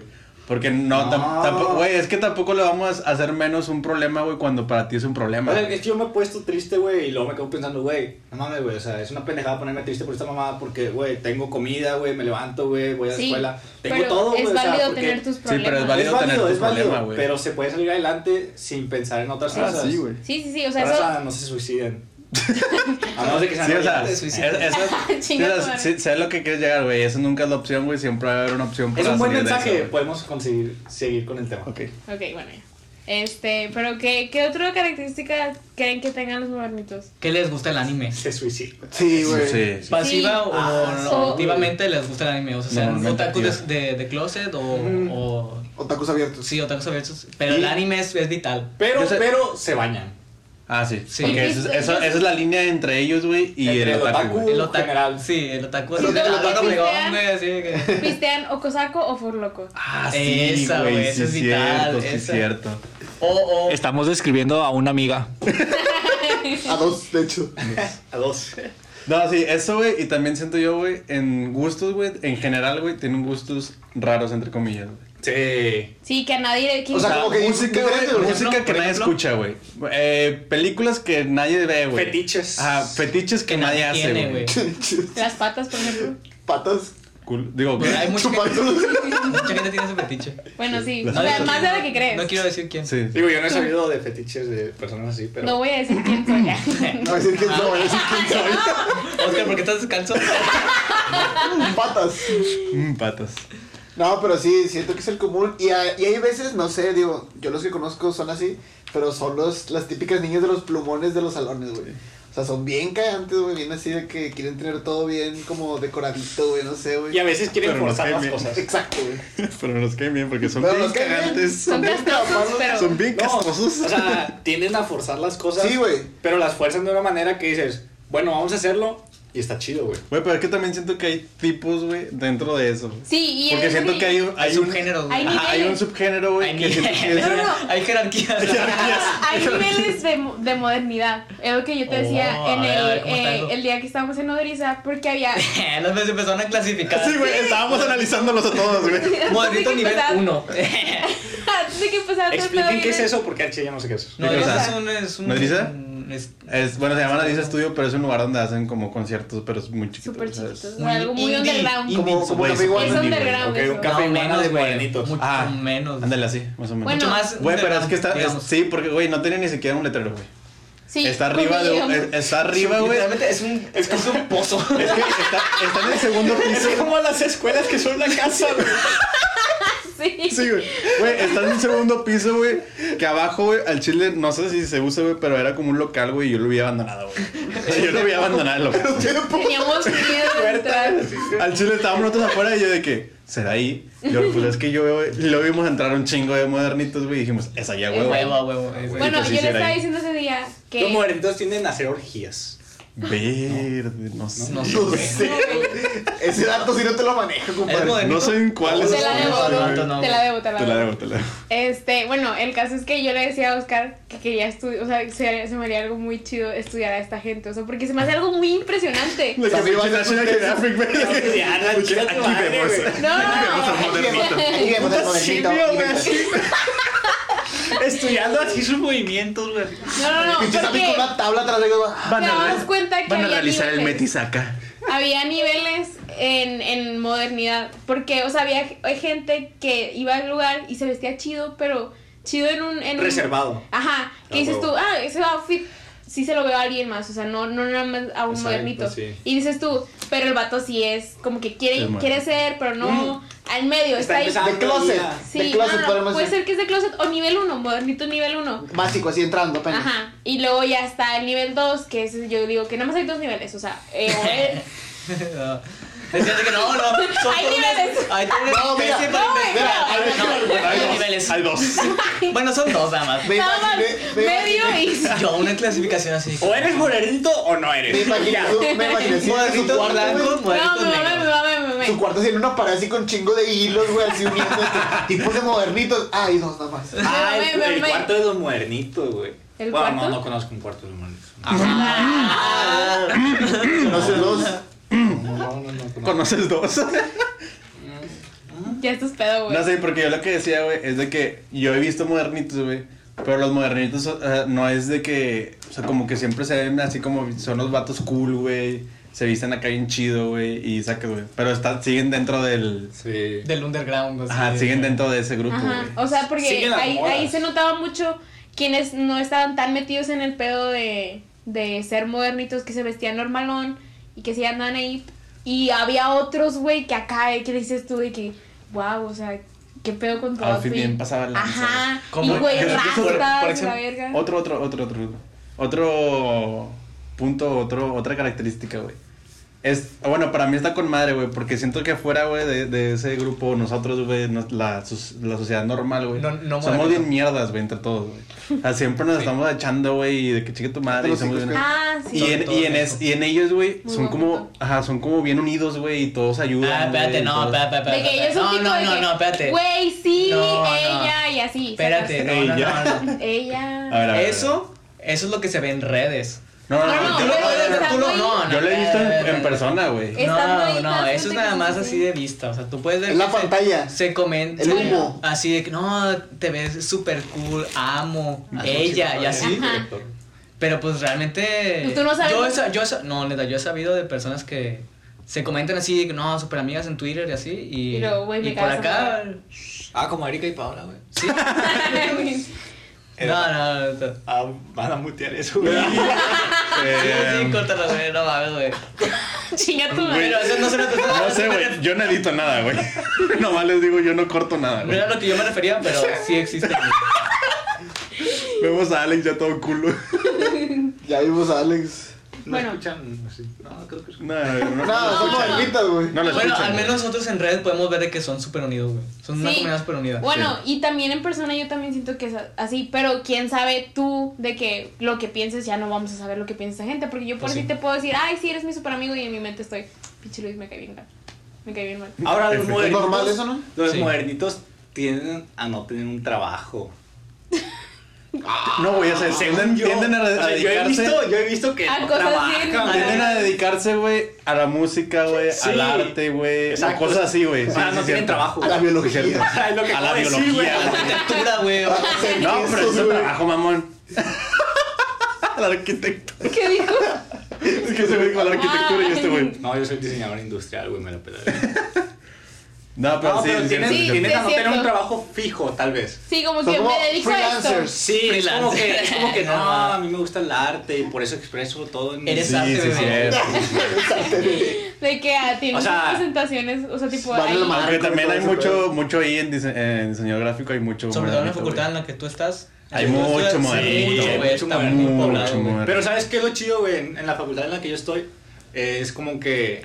Speaker 5: Porque no,
Speaker 3: No.
Speaker 5: tam- tampoco, güey, es que tampoco le vamos a hacer menos un problema, güey, cuando para ti es un problema.
Speaker 1: O sea, es que yo me he puesto triste, güey, y luego me quedo pensando, güey, no mames, güey, o sea, es una pendejada ponerme triste por esta mamada porque, güey, tengo comida, güey, me levanto, güey, voy a la
Speaker 4: Sí,
Speaker 1: escuela, tengo
Speaker 4: pero
Speaker 1: todo, güey,
Speaker 4: es
Speaker 1: o sea,
Speaker 4: válido
Speaker 1: porque-
Speaker 4: tener tus
Speaker 5: Sí, pero es
Speaker 1: es
Speaker 4: problemas.
Speaker 5: válido.
Speaker 1: válido,
Speaker 5: tener tu
Speaker 1: es válido,
Speaker 5: problema, güey.
Speaker 1: pero se puede salir adelante sin pensar en otras
Speaker 5: Ah,
Speaker 1: cosas.
Speaker 5: sí, güey.
Speaker 4: Sí, sí, sí, o sea,
Speaker 1: Raza,
Speaker 4: eso...
Speaker 1: no se suiciden. A menos de que sean eh.
Speaker 5: Sí, o sea,
Speaker 1: rayados.
Speaker 5: es- es- es- sí,
Speaker 4: Chinga tu
Speaker 5: o sea,
Speaker 4: madre.
Speaker 5: sí, sé lo que quieres llegar, güey. Eso nunca es la opción, güey. Siempre va a haber una opción
Speaker 1: es
Speaker 5: para
Speaker 1: un buen
Speaker 5: salir de
Speaker 1: mensaje,
Speaker 5: eso, güey.
Speaker 1: podemos conseguir seguir con el tema.
Speaker 5: Ok.
Speaker 4: Ok, bueno, ya. Este, pero ¿qué, qué otra característica creen que tengan los modernitos?
Speaker 2: ¿Qué les gusta el anime?
Speaker 1: Se suicida.
Speaker 3: Sí, güey.
Speaker 5: Sí, sí.
Speaker 2: Pasiva o
Speaker 1: Ah,
Speaker 4: so-
Speaker 2: activamente les gusta el anime. O sea, sean
Speaker 5: Normalmente
Speaker 2: otakus
Speaker 5: activos.
Speaker 2: de, de, de closet o,
Speaker 4: Mm.
Speaker 1: Ujú.
Speaker 2: o.
Speaker 3: Otakus abiertos.
Speaker 2: Sí, otakus abiertos. Pero
Speaker 1: Y-
Speaker 2: el anime es, es vital.
Speaker 1: Pero,
Speaker 5: Yo sé-
Speaker 1: pero se bañan.
Speaker 5: Ah, sí.
Speaker 2: Sí.
Speaker 5: Porque
Speaker 4: Y-
Speaker 5: eso,
Speaker 4: y-
Speaker 5: eso- esa es la línea entre ellos, güey, y
Speaker 1: Entre
Speaker 5: el
Speaker 1: el
Speaker 5: otaku,
Speaker 1: otaku.
Speaker 5: güey.
Speaker 2: El otaku.
Speaker 1: general.
Speaker 2: Sí, el otaku
Speaker 3: Pero
Speaker 2: así de
Speaker 3: el
Speaker 2: la
Speaker 3: otaku
Speaker 4: sea-
Speaker 2: doblegón, güey. Así que.
Speaker 4: ¿Pistean o cosaco o furloco?
Speaker 5: Ah,
Speaker 2: Esa, güey, esa es vital,
Speaker 5: cierto, sí,
Speaker 2: esa.
Speaker 5: cierto.
Speaker 2: O, o.
Speaker 1: Estamos describiendo a una amiga.
Speaker 3: A dos, de hecho.
Speaker 1: A dos.
Speaker 5: No, sí, eso, güey, y también siento yo, güey, en gustos, güey, en general, güey, tienen gustos raros, entre comillas, güey.
Speaker 1: Sí.
Speaker 4: Sí, que a nadie... que-
Speaker 3: O sea, como que
Speaker 5: música, güey,
Speaker 3: diferente, güey.
Speaker 5: música que
Speaker 2: Por
Speaker 5: nadie
Speaker 2: ejemplo.
Speaker 5: escucha, güey. Eh, películas que nadie ve, güey.
Speaker 1: Fetiches.
Speaker 5: Ah, fetiches que, nadie hace,
Speaker 2: tiene,
Speaker 5: güey.
Speaker 4: Las patas, por ejemplo.
Speaker 3: Patas
Speaker 5: Cool. Digo,
Speaker 2: Pues hay mucha gente,
Speaker 3: chupando.
Speaker 2: mucha gente tiene ese fetiche.
Speaker 4: Bueno, sí.
Speaker 5: Las
Speaker 4: O sea,
Speaker 5: patas.
Speaker 4: más de la que crees.
Speaker 2: No quiero decir quién.
Speaker 5: sí.
Speaker 1: Digo, yo no he sabido de fetiches de personas así, pero.
Speaker 4: No voy a decir quién soy ya.
Speaker 3: No, es decir que no, es decir
Speaker 2: Oscar, ¿por qué estás descalzo?
Speaker 3: que patas.
Speaker 5: Mm, patas.
Speaker 3: No, pero sí, siento que es el común. Y, hay- y hay veces, no sé, digo, yo los que conozco son así, pero son los, las típicas niñas de los plumones de los salones, güey. O sea, son bien cagantes, güey, bien así de que quieren tener todo bien como decoradito, güey, no sé, güey.
Speaker 1: Y a veces quieren
Speaker 5: Pero nos
Speaker 1: forzar
Speaker 5: cae
Speaker 1: las
Speaker 5: bien.
Speaker 1: cosas.
Speaker 3: Exacto, güey.
Speaker 5: Pero nos caen bien porque son
Speaker 3: Pero
Speaker 5: bien
Speaker 3: nos caen bien.
Speaker 5: cagantes.
Speaker 4: Son
Speaker 3: bien
Speaker 4: castrosos,
Speaker 3: capaces,
Speaker 4: pero...
Speaker 5: Son bien
Speaker 1: No,
Speaker 5: castrosos.
Speaker 1: o sea, tienden a forzar las cosas.
Speaker 3: Sí, güey.
Speaker 1: Pero las fuerzan de una manera que dices, bueno, vamos a hacerlo y está chido, güey.
Speaker 5: Güey, pero es que también siento que hay tipos, güey, dentro de eso. güey.
Speaker 4: Sí, y...
Speaker 5: Porque
Speaker 4: es
Speaker 5: siento
Speaker 4: así.
Speaker 5: que hay un...
Speaker 2: Hay
Speaker 5: Hay un,
Speaker 2: subgéneros,
Speaker 4: Hay
Speaker 2: güey.
Speaker 5: ajá, hay un
Speaker 4: niveles.
Speaker 5: subgénero, güey,
Speaker 2: Hay
Speaker 5: que siento que
Speaker 2: niveles.
Speaker 5: es-
Speaker 4: No, no.
Speaker 2: Hay jerarquías.
Speaker 4: Hay niveles de, mo- de modernidad. Es lo que yo te
Speaker 2: Oh,
Speaker 4: decía
Speaker 2: a
Speaker 4: en
Speaker 2: ver, a
Speaker 4: el,
Speaker 2: ver, ¿cómo está
Speaker 4: eh,
Speaker 2: eso?
Speaker 4: el día que estábamos en Odriza, porque había.
Speaker 2: Las veces empezaron a clasificar.
Speaker 5: Sí, güey, estábamos analizándolos a todos, güey.
Speaker 2: Modernito
Speaker 4: Antes de que
Speaker 2: nivel
Speaker 4: empezara-
Speaker 2: 1.
Speaker 4: Antes de que empezara todo este estaba
Speaker 1: Expliquen qué
Speaker 4: bien.
Speaker 1: es eso porque al chile ya no sé qué es eso.
Speaker 2: No,
Speaker 5: ¿Qué
Speaker 2: eso
Speaker 5: cosa?
Speaker 2: es un. Es un
Speaker 5: ¿Nodriza?
Speaker 2: es-
Speaker 5: Es, bueno, se llama la Dice Studio, pero es un lugar donde hacen como conciertos, pero es muy chiquito.
Speaker 4: Súper
Speaker 5: o sea, es-
Speaker 4: chiquito. O sea, algo muy
Speaker 2: Indie,
Speaker 4: underground.
Speaker 2: indie,
Speaker 3: Como- como
Speaker 5: Güey,
Speaker 3: Café
Speaker 5: es
Speaker 3: Iguana.
Speaker 5: un
Speaker 4: Es
Speaker 5: indie, güey.
Speaker 4: underground.
Speaker 1: ok,
Speaker 4: eso.
Speaker 1: un café
Speaker 2: No,
Speaker 1: iguana
Speaker 2: menos,
Speaker 1: de
Speaker 2: güey.
Speaker 1: morenitos.
Speaker 2: Mucho
Speaker 5: Ah,
Speaker 2: menos.
Speaker 5: Ándale así, más o menos.
Speaker 4: Bueno,
Speaker 2: Mucho más.
Speaker 5: Güey, pero es que está.
Speaker 2: digamos.
Speaker 5: sí, porque, güey, no tiene ni siquiera un letrero, güey.
Speaker 4: Sí,
Speaker 5: está arriba
Speaker 4: cuando
Speaker 5: de.
Speaker 4: llegamos.
Speaker 5: un- Está arriba, güey.
Speaker 2: Literalmente es un. Es como un pozo.
Speaker 5: Es que está, está en el segundo piso.
Speaker 1: Es como las escuelas que son la casa, güey.
Speaker 4: Sí.
Speaker 5: Sí, güey. Güey, está en un segundo piso, güey. Que abajo, güey, al chile, no sé si se usa, güey, pero era como un local, güey, y yo lo había abandonado, güey. O sea, yo lo había abandonado el local.
Speaker 4: Teníamos miedo de entrar.
Speaker 5: Al chile estábamos nosotros afuera y yo de que, ¿será ahí? Y Yo, pues es que yo, güey, lo vimos entrar un chingo de modernitos, güey, y dijimos, es allá, güey.
Speaker 4: Es
Speaker 2: Huevo, a huevo. güey.
Speaker 4: Bueno,
Speaker 5: pues sí,
Speaker 4: yo
Speaker 5: sí
Speaker 4: le
Speaker 5: era
Speaker 4: estaba
Speaker 5: ahí.
Speaker 4: diciendo ese día que.
Speaker 1: Los modernitos tienden a hacer orgías.
Speaker 5: Verde, no sé.
Speaker 2: No
Speaker 3: No
Speaker 2: sé.
Speaker 3: sé, güey. Ese dato sí no te lo manejo,
Speaker 2: Es
Speaker 3: compadre.
Speaker 2: moderno.
Speaker 5: No sé en cuál es.
Speaker 4: Te la debo,
Speaker 5: güey.
Speaker 2: no, no.
Speaker 4: Te la debo, te la
Speaker 5: Te la
Speaker 4: debo.
Speaker 5: debo, te la debo.
Speaker 4: Este, bueno, el caso es que yo le decía a Oscar que quería estudiar, o sea, se, se me haría algo muy chido estudiar a esta gente, o sea, porque se me hace algo muy impresionante.
Speaker 5: De que
Speaker 3: También
Speaker 5: pinche
Speaker 3: va a ser
Speaker 5: National
Speaker 3: ustedes.
Speaker 5: Geographic, güey.
Speaker 1: Ya, la chica tu
Speaker 5: Aquí
Speaker 1: madre,
Speaker 5: vemos.
Speaker 1: güey.
Speaker 4: No,
Speaker 5: Vamos al modernito.
Speaker 3: Sí,
Speaker 4: no,
Speaker 3: moderno,
Speaker 1: Sí,
Speaker 3: modernito.
Speaker 1: güey, así, güey. Estudiando así sus movimientos, güey.
Speaker 4: no, no,
Speaker 3: Pinche Sammy con
Speaker 4: porque
Speaker 3: una tabla atrás de
Speaker 5: Van
Speaker 4: Te
Speaker 5: a,
Speaker 4: das
Speaker 5: re-
Speaker 4: cuenta que
Speaker 5: van a
Speaker 4: había
Speaker 5: realizar el
Speaker 4: niveles.
Speaker 5: metisaca.
Speaker 4: había niveles en, en modernidad, porque, o sea, había gente que iba al lugar y se vestía chido, pero chido en un... En un-
Speaker 1: Reservado.
Speaker 4: Ajá, que
Speaker 1: Ah,
Speaker 4: dices tú,
Speaker 1: huevo.
Speaker 4: ah, ese outfit sí se lo veo a alguien más, o sea, no, no nada más a un
Speaker 1: Exacto,
Speaker 4: modernito.
Speaker 1: sí.
Speaker 4: Y dices tú, pero el vato sí es como que quiere,
Speaker 5: Sí, bueno.
Speaker 4: quiere ser, pero no al medio,
Speaker 1: Mm. Está
Speaker 4: está,
Speaker 1: empezando.
Speaker 4: ahí.
Speaker 3: De closet.
Speaker 1: Ah,
Speaker 4: Sí,
Speaker 3: de closet
Speaker 4: no, no,
Speaker 3: podemos
Speaker 4: puede
Speaker 3: decir.
Speaker 4: ser que es de closet o nivel 1, modernito nivel 1.
Speaker 3: Básico, así entrando apenas.
Speaker 4: Ajá, y luego ya está el nivel 2, que es, yo digo que nada más hay dos niveles, o sea, eh, o el-
Speaker 2: No. Decías que no, no. Son
Speaker 4: Hay
Speaker 2: por unas-
Speaker 4: niveles.
Speaker 2: Hay tres-
Speaker 3: No, mira,
Speaker 2: tres-
Speaker 4: no, güey,
Speaker 3: Mira,
Speaker 4: no,
Speaker 3: a ver,
Speaker 2: no,
Speaker 3: mira,
Speaker 2: hay
Speaker 3: mira.
Speaker 2: dos niveles.
Speaker 5: Hay dos.
Speaker 2: Bueno, son dos nada más.
Speaker 3: Me
Speaker 4: nada más
Speaker 3: imaginé- me
Speaker 4: medio
Speaker 3: imaginé-
Speaker 4: y...
Speaker 2: Yo, una clasificación así.
Speaker 1: O eres morenito o no
Speaker 3: Me
Speaker 1: eres.
Speaker 3: imaginé,
Speaker 1: Ya.
Speaker 3: su- me imaginé así, su
Speaker 2: Modernitos
Speaker 3: cuarto, güey.
Speaker 2: blancos,
Speaker 4: No,
Speaker 2: modernitos
Speaker 4: me mame, me
Speaker 2: negros.
Speaker 4: mame, me mame.
Speaker 3: Su cuarto tiene una pared así con chingo de hilos, güey, así uniendo este, tipos de modernitos. Ay, dos nada más.
Speaker 1: Ah,
Speaker 4: Me,
Speaker 1: el,
Speaker 4: me,
Speaker 1: el
Speaker 4: me.
Speaker 1: cuarto de los modernitos, güey.
Speaker 4: ¿El
Speaker 1: bueno,
Speaker 4: cuarto?
Speaker 1: no, no conozco un cuarto de los modernitos.
Speaker 3: Conoces dos.
Speaker 1: No, no, no, no.
Speaker 5: ¿Conoces dos?
Speaker 4: Ya estás pedo, güey.
Speaker 5: No sé, porque yo lo que decía, güey, es de que yo he visto modernitos, güey. Pero los modernitos o sea, no es de que, o sea, como que siempre se ven así como son los vatos cool, güey. Se visten acá bien chido, güey, y sacas, güey. Pero están, siguen dentro del.
Speaker 1: Sí.
Speaker 2: Del underground. así.
Speaker 5: Ajá, siguen dentro de ese grupo,
Speaker 4: Ajá,
Speaker 5: güey.
Speaker 4: o sea, porque
Speaker 1: Siguen las
Speaker 4: ahí,
Speaker 1: modas.
Speaker 4: ahí se notaba mucho quienes no estaban tan metidos en el pedo de, de ser modernitos, que se vestían normalón y que sí andaban ahí. Y había otros, güey, que acá, eh, que dices tú, de que, wow, o sea, qué pedo con tu
Speaker 5: Outfit
Speaker 4: outfit.
Speaker 5: bien pasaba la lanza,
Speaker 4: Ajá,
Speaker 2: güey.
Speaker 4: y
Speaker 2: Como-
Speaker 4: güey,
Speaker 5: Yo creo que por- por
Speaker 4: rastas, la
Speaker 5: ejemplo,
Speaker 4: verga.
Speaker 5: Otro, otro, otro, otro. Otro punto, otro, otra característica, güey. Es, bueno, para mí está con madre, güey, porque siento que fuera, güey, de, de ese grupo, nosotros, güey, nos- la, sos- la sociedad normal, güey.
Speaker 2: No- no
Speaker 5: somos
Speaker 2: moderno.
Speaker 5: bien mierdas, güey, entre todos, güey. O sea, siempre nos estamos echando, güey, y de que chique tu madre, y
Speaker 3: Todos
Speaker 5: somos
Speaker 3: los
Speaker 5: bien-
Speaker 3: hijos
Speaker 4: Ah, sí.
Speaker 5: Y en, y, en es- y en ellos, güey,
Speaker 4: Muy
Speaker 5: son
Speaker 4: buen
Speaker 5: como,
Speaker 4: punto.
Speaker 5: ajá, son como bien unidos, güey, y todos ayudan.
Speaker 2: Ah, espérate,
Speaker 5: güey,
Speaker 2: no,
Speaker 5: todos-
Speaker 2: espérate, espérate.
Speaker 4: de que ellos
Speaker 2: espérate.
Speaker 4: son
Speaker 2: No,
Speaker 4: tipo
Speaker 2: no,
Speaker 4: de
Speaker 2: no,
Speaker 4: que,
Speaker 2: no, espérate.
Speaker 4: Güey, sí,
Speaker 2: No, no.
Speaker 4: ella y así.
Speaker 2: Espérate,
Speaker 4: sacas-
Speaker 2: no, no,
Speaker 5: Ella.
Speaker 2: no, no.
Speaker 5: A
Speaker 4: Ella.
Speaker 5: ver, a ver, a ver.
Speaker 2: Eso, eso es lo que se ve en redes.
Speaker 5: No, no, no,
Speaker 4: No, no,
Speaker 5: yo,
Speaker 2: Tú lo
Speaker 4: pero
Speaker 2: puedes ver, tú lo-
Speaker 4: estando
Speaker 2: no, no,
Speaker 5: yo lo he visto en, en
Speaker 2: espérate.
Speaker 5: persona, güey.
Speaker 4: Estando
Speaker 2: No,
Speaker 4: ahí,
Speaker 2: no,
Speaker 4: das
Speaker 2: eso es
Speaker 4: cuenta
Speaker 2: nada
Speaker 4: que
Speaker 2: más
Speaker 4: sí,
Speaker 2: así
Speaker 4: sí.
Speaker 2: de vista. O sea, tú puedes ver.
Speaker 3: En la
Speaker 2: que se-
Speaker 3: pantalla.
Speaker 2: Se comenta.
Speaker 3: El humo.
Speaker 2: Así de que no, te ves súper cool, amo,
Speaker 3: Ah,
Speaker 1: Ah,
Speaker 2: ella y así.
Speaker 4: Ajá.
Speaker 2: Pero pues realmente.
Speaker 4: Tú no sabes-
Speaker 2: Yo, he sa- yo he sa- no, neta, yo he sabido de personas que se comentan así, de que, no, súper amigas en Twitter y así. Y,
Speaker 4: Y luego, güey, me
Speaker 2: y por
Speaker 4: cagas a
Speaker 2: acá.
Speaker 1: Ah, como Erika y Paola, güey.
Speaker 2: Sí. no, no, no. no.
Speaker 1: Ah, van a mutear eso, güey.
Speaker 2: Sí,
Speaker 1: Em,
Speaker 5: Eh,
Speaker 2: sí, córtalo, güey, no mames, güey.
Speaker 4: Chinga tu madre.
Speaker 2: Pero eso no se lo
Speaker 5: no sé, güey. Yo no edito nada, güey. Nomás les digo, yo no corto nada,
Speaker 2: No
Speaker 5: güey.
Speaker 2: era lo que yo me refería, pero sí existe.
Speaker 5: Vemos a Alex ya todo culo.
Speaker 3: Ya vimos a Alex.
Speaker 1: No
Speaker 4: Bueno.
Speaker 1: escuchan así. No, creo que
Speaker 5: No, no,
Speaker 3: No, son
Speaker 4: no.
Speaker 3: modernitas, güey.
Speaker 5: no lo
Speaker 2: Bueno,
Speaker 5: escuchan,
Speaker 2: al
Speaker 5: güey.
Speaker 2: menos nosotros en redes podemos ver de que son súper unidos, güey. Son una
Speaker 4: Sí.
Speaker 2: comunidad súper unida.
Speaker 4: Bueno, y también en persona yo también siento que es a- así, pero quién sabe tú de que lo que pienses ya no vamos a saber lo que piensa esa gente, porque yo por
Speaker 2: Pues
Speaker 4: si
Speaker 2: sí.
Speaker 4: te puedo decir, ay, sí, eres mi super amigo y en mi mente estoy, pinche Luis, me cae bien mal. Me cae bien mal.
Speaker 1: Ahora los
Speaker 5: Es
Speaker 3: ¿Es
Speaker 1: modernitos.
Speaker 3: normal eso, no?
Speaker 1: Los
Speaker 2: Sí.
Speaker 1: modernitos tienden a no tener un trabajo.
Speaker 5: No, güey, o sea, tienden, tienden a,
Speaker 1: o sea,
Speaker 5: a
Speaker 1: yo he
Speaker 5: dedicarse.
Speaker 1: visto, yo he visto que
Speaker 4: A
Speaker 1: no
Speaker 4: cosas
Speaker 1: trabajan,
Speaker 4: bien-
Speaker 1: güey.
Speaker 5: Tienden a dedicarse, güey, a la música, güey,
Speaker 1: Sí.
Speaker 5: al arte, güey, a
Speaker 1: Exacto.
Speaker 5: cosas así, güey.
Speaker 1: O
Speaker 5: Sí,
Speaker 1: sea,
Speaker 5: sí,
Speaker 1: no tienen
Speaker 5: cierto.
Speaker 1: trabajo.
Speaker 3: A la biología.
Speaker 5: Cierto.
Speaker 1: O sea, es lo que
Speaker 5: A la
Speaker 1: acabo de decir,
Speaker 5: biología,
Speaker 1: güey.
Speaker 5: güey.
Speaker 2: arquitectura, güey.
Speaker 5: No, pero eso es
Speaker 3: Eso,
Speaker 5: un
Speaker 3: güey.
Speaker 5: trabajo, mamón. al arquitecto.
Speaker 4: ¿Qué dijo?
Speaker 1: Ah,
Speaker 5: Es que se ve con la arquitectura y este, güey.
Speaker 1: No, yo soy diseñador industrial, güey, me la pelaré.
Speaker 5: No, pero
Speaker 1: No,
Speaker 5: sí,
Speaker 1: pero
Speaker 5: sí,
Speaker 1: tienen,
Speaker 5: sí, sí.
Speaker 1: tienen
Speaker 4: sí,
Speaker 1: a no
Speaker 4: es
Speaker 1: tener un
Speaker 4: cierto.
Speaker 1: trabajo fijo, tal vez.
Speaker 4: Sí, como
Speaker 3: Son
Speaker 4: que
Speaker 3: como
Speaker 4: me dedico a esto.
Speaker 3: freelancers.
Speaker 1: Sí, es
Speaker 2: Freelance.
Speaker 1: como, que, es como que no,
Speaker 2: No.
Speaker 1: a mí me gusta el arte y por eso expreso todo en
Speaker 2: Eres
Speaker 5: Sí,
Speaker 2: arte,
Speaker 5: sí,
Speaker 2: bebé.
Speaker 5: cierto.
Speaker 4: De que ah, tiene
Speaker 1: O sea,
Speaker 4: muchas presentaciones, o sea, tipo
Speaker 3: vale
Speaker 4: ahí-
Speaker 3: la madre.
Speaker 5: Aunque
Speaker 3: Marco,
Speaker 5: también
Speaker 3: todo
Speaker 5: hay
Speaker 3: ese
Speaker 5: mucho,
Speaker 3: pedo.
Speaker 5: mucho ahí en, dise- en diseño gráfico, hay mucho.
Speaker 2: Sobre todo en la
Speaker 5: modernito,
Speaker 2: facultad en
Speaker 5: güey.
Speaker 2: la que tú estás.
Speaker 5: Hay
Speaker 2: Tú
Speaker 5: mucho
Speaker 2: estudias-
Speaker 5: modernismo,
Speaker 2: Sí,
Speaker 5: hay
Speaker 2: güey,
Speaker 1: mucho
Speaker 2: está
Speaker 1: modernismo,
Speaker 2: muy poblado,
Speaker 5: mucho
Speaker 2: güey.
Speaker 5: modernismo.
Speaker 1: Pero ¿sabes qué es lo chido, güey? En, en la facultad en la que yo estoy, eh, es como que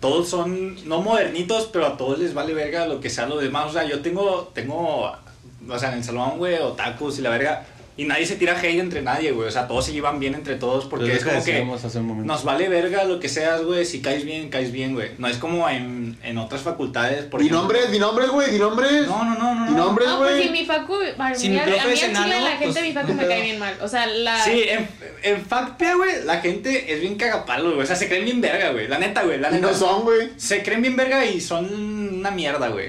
Speaker 1: todos son, no modernitos, pero a todos les vale verga lo que sea lo demás. O sea, yo tengo, tengo, o sea, en el salón, güey, otakus y la verga. Y nadie se tira hate entre nadie, güey. O sea, todos se llevan bien entre todos porque
Speaker 5: Pero
Speaker 1: es como
Speaker 5: lo que
Speaker 1: que...
Speaker 5: decíamos hace un momento.
Speaker 1: Nos vale verga lo que seas, güey. Si caes bien, caes bien, güey. No es como en, en otras facultades. Por
Speaker 3: Di
Speaker 1: ejemplo.
Speaker 3: nombres, di nombres, güey, di nombres.
Speaker 1: No, no, no, no.
Speaker 3: Di
Speaker 1: no.
Speaker 3: nombres,
Speaker 4: No, pues si
Speaker 3: güey.
Speaker 4: mi facu, a
Speaker 2: Si
Speaker 4: mí,
Speaker 2: mi
Speaker 4: a
Speaker 2: profe
Speaker 4: mí
Speaker 2: es
Speaker 4: en Chile
Speaker 2: enano,
Speaker 4: la gente de mi
Speaker 2: pues,
Speaker 4: facu
Speaker 2: no
Speaker 4: me
Speaker 2: pedo.
Speaker 4: cae bien mal. O sea, la...
Speaker 1: Sí, en, en FACPEA, güey, la gente es bien cagapalo, güey. O sea, se creen bien verga, güey. La neta, güey. La
Speaker 3: Y
Speaker 1: neta.
Speaker 3: no son, güey.
Speaker 1: Se creen bien verga y son una mierda, güey.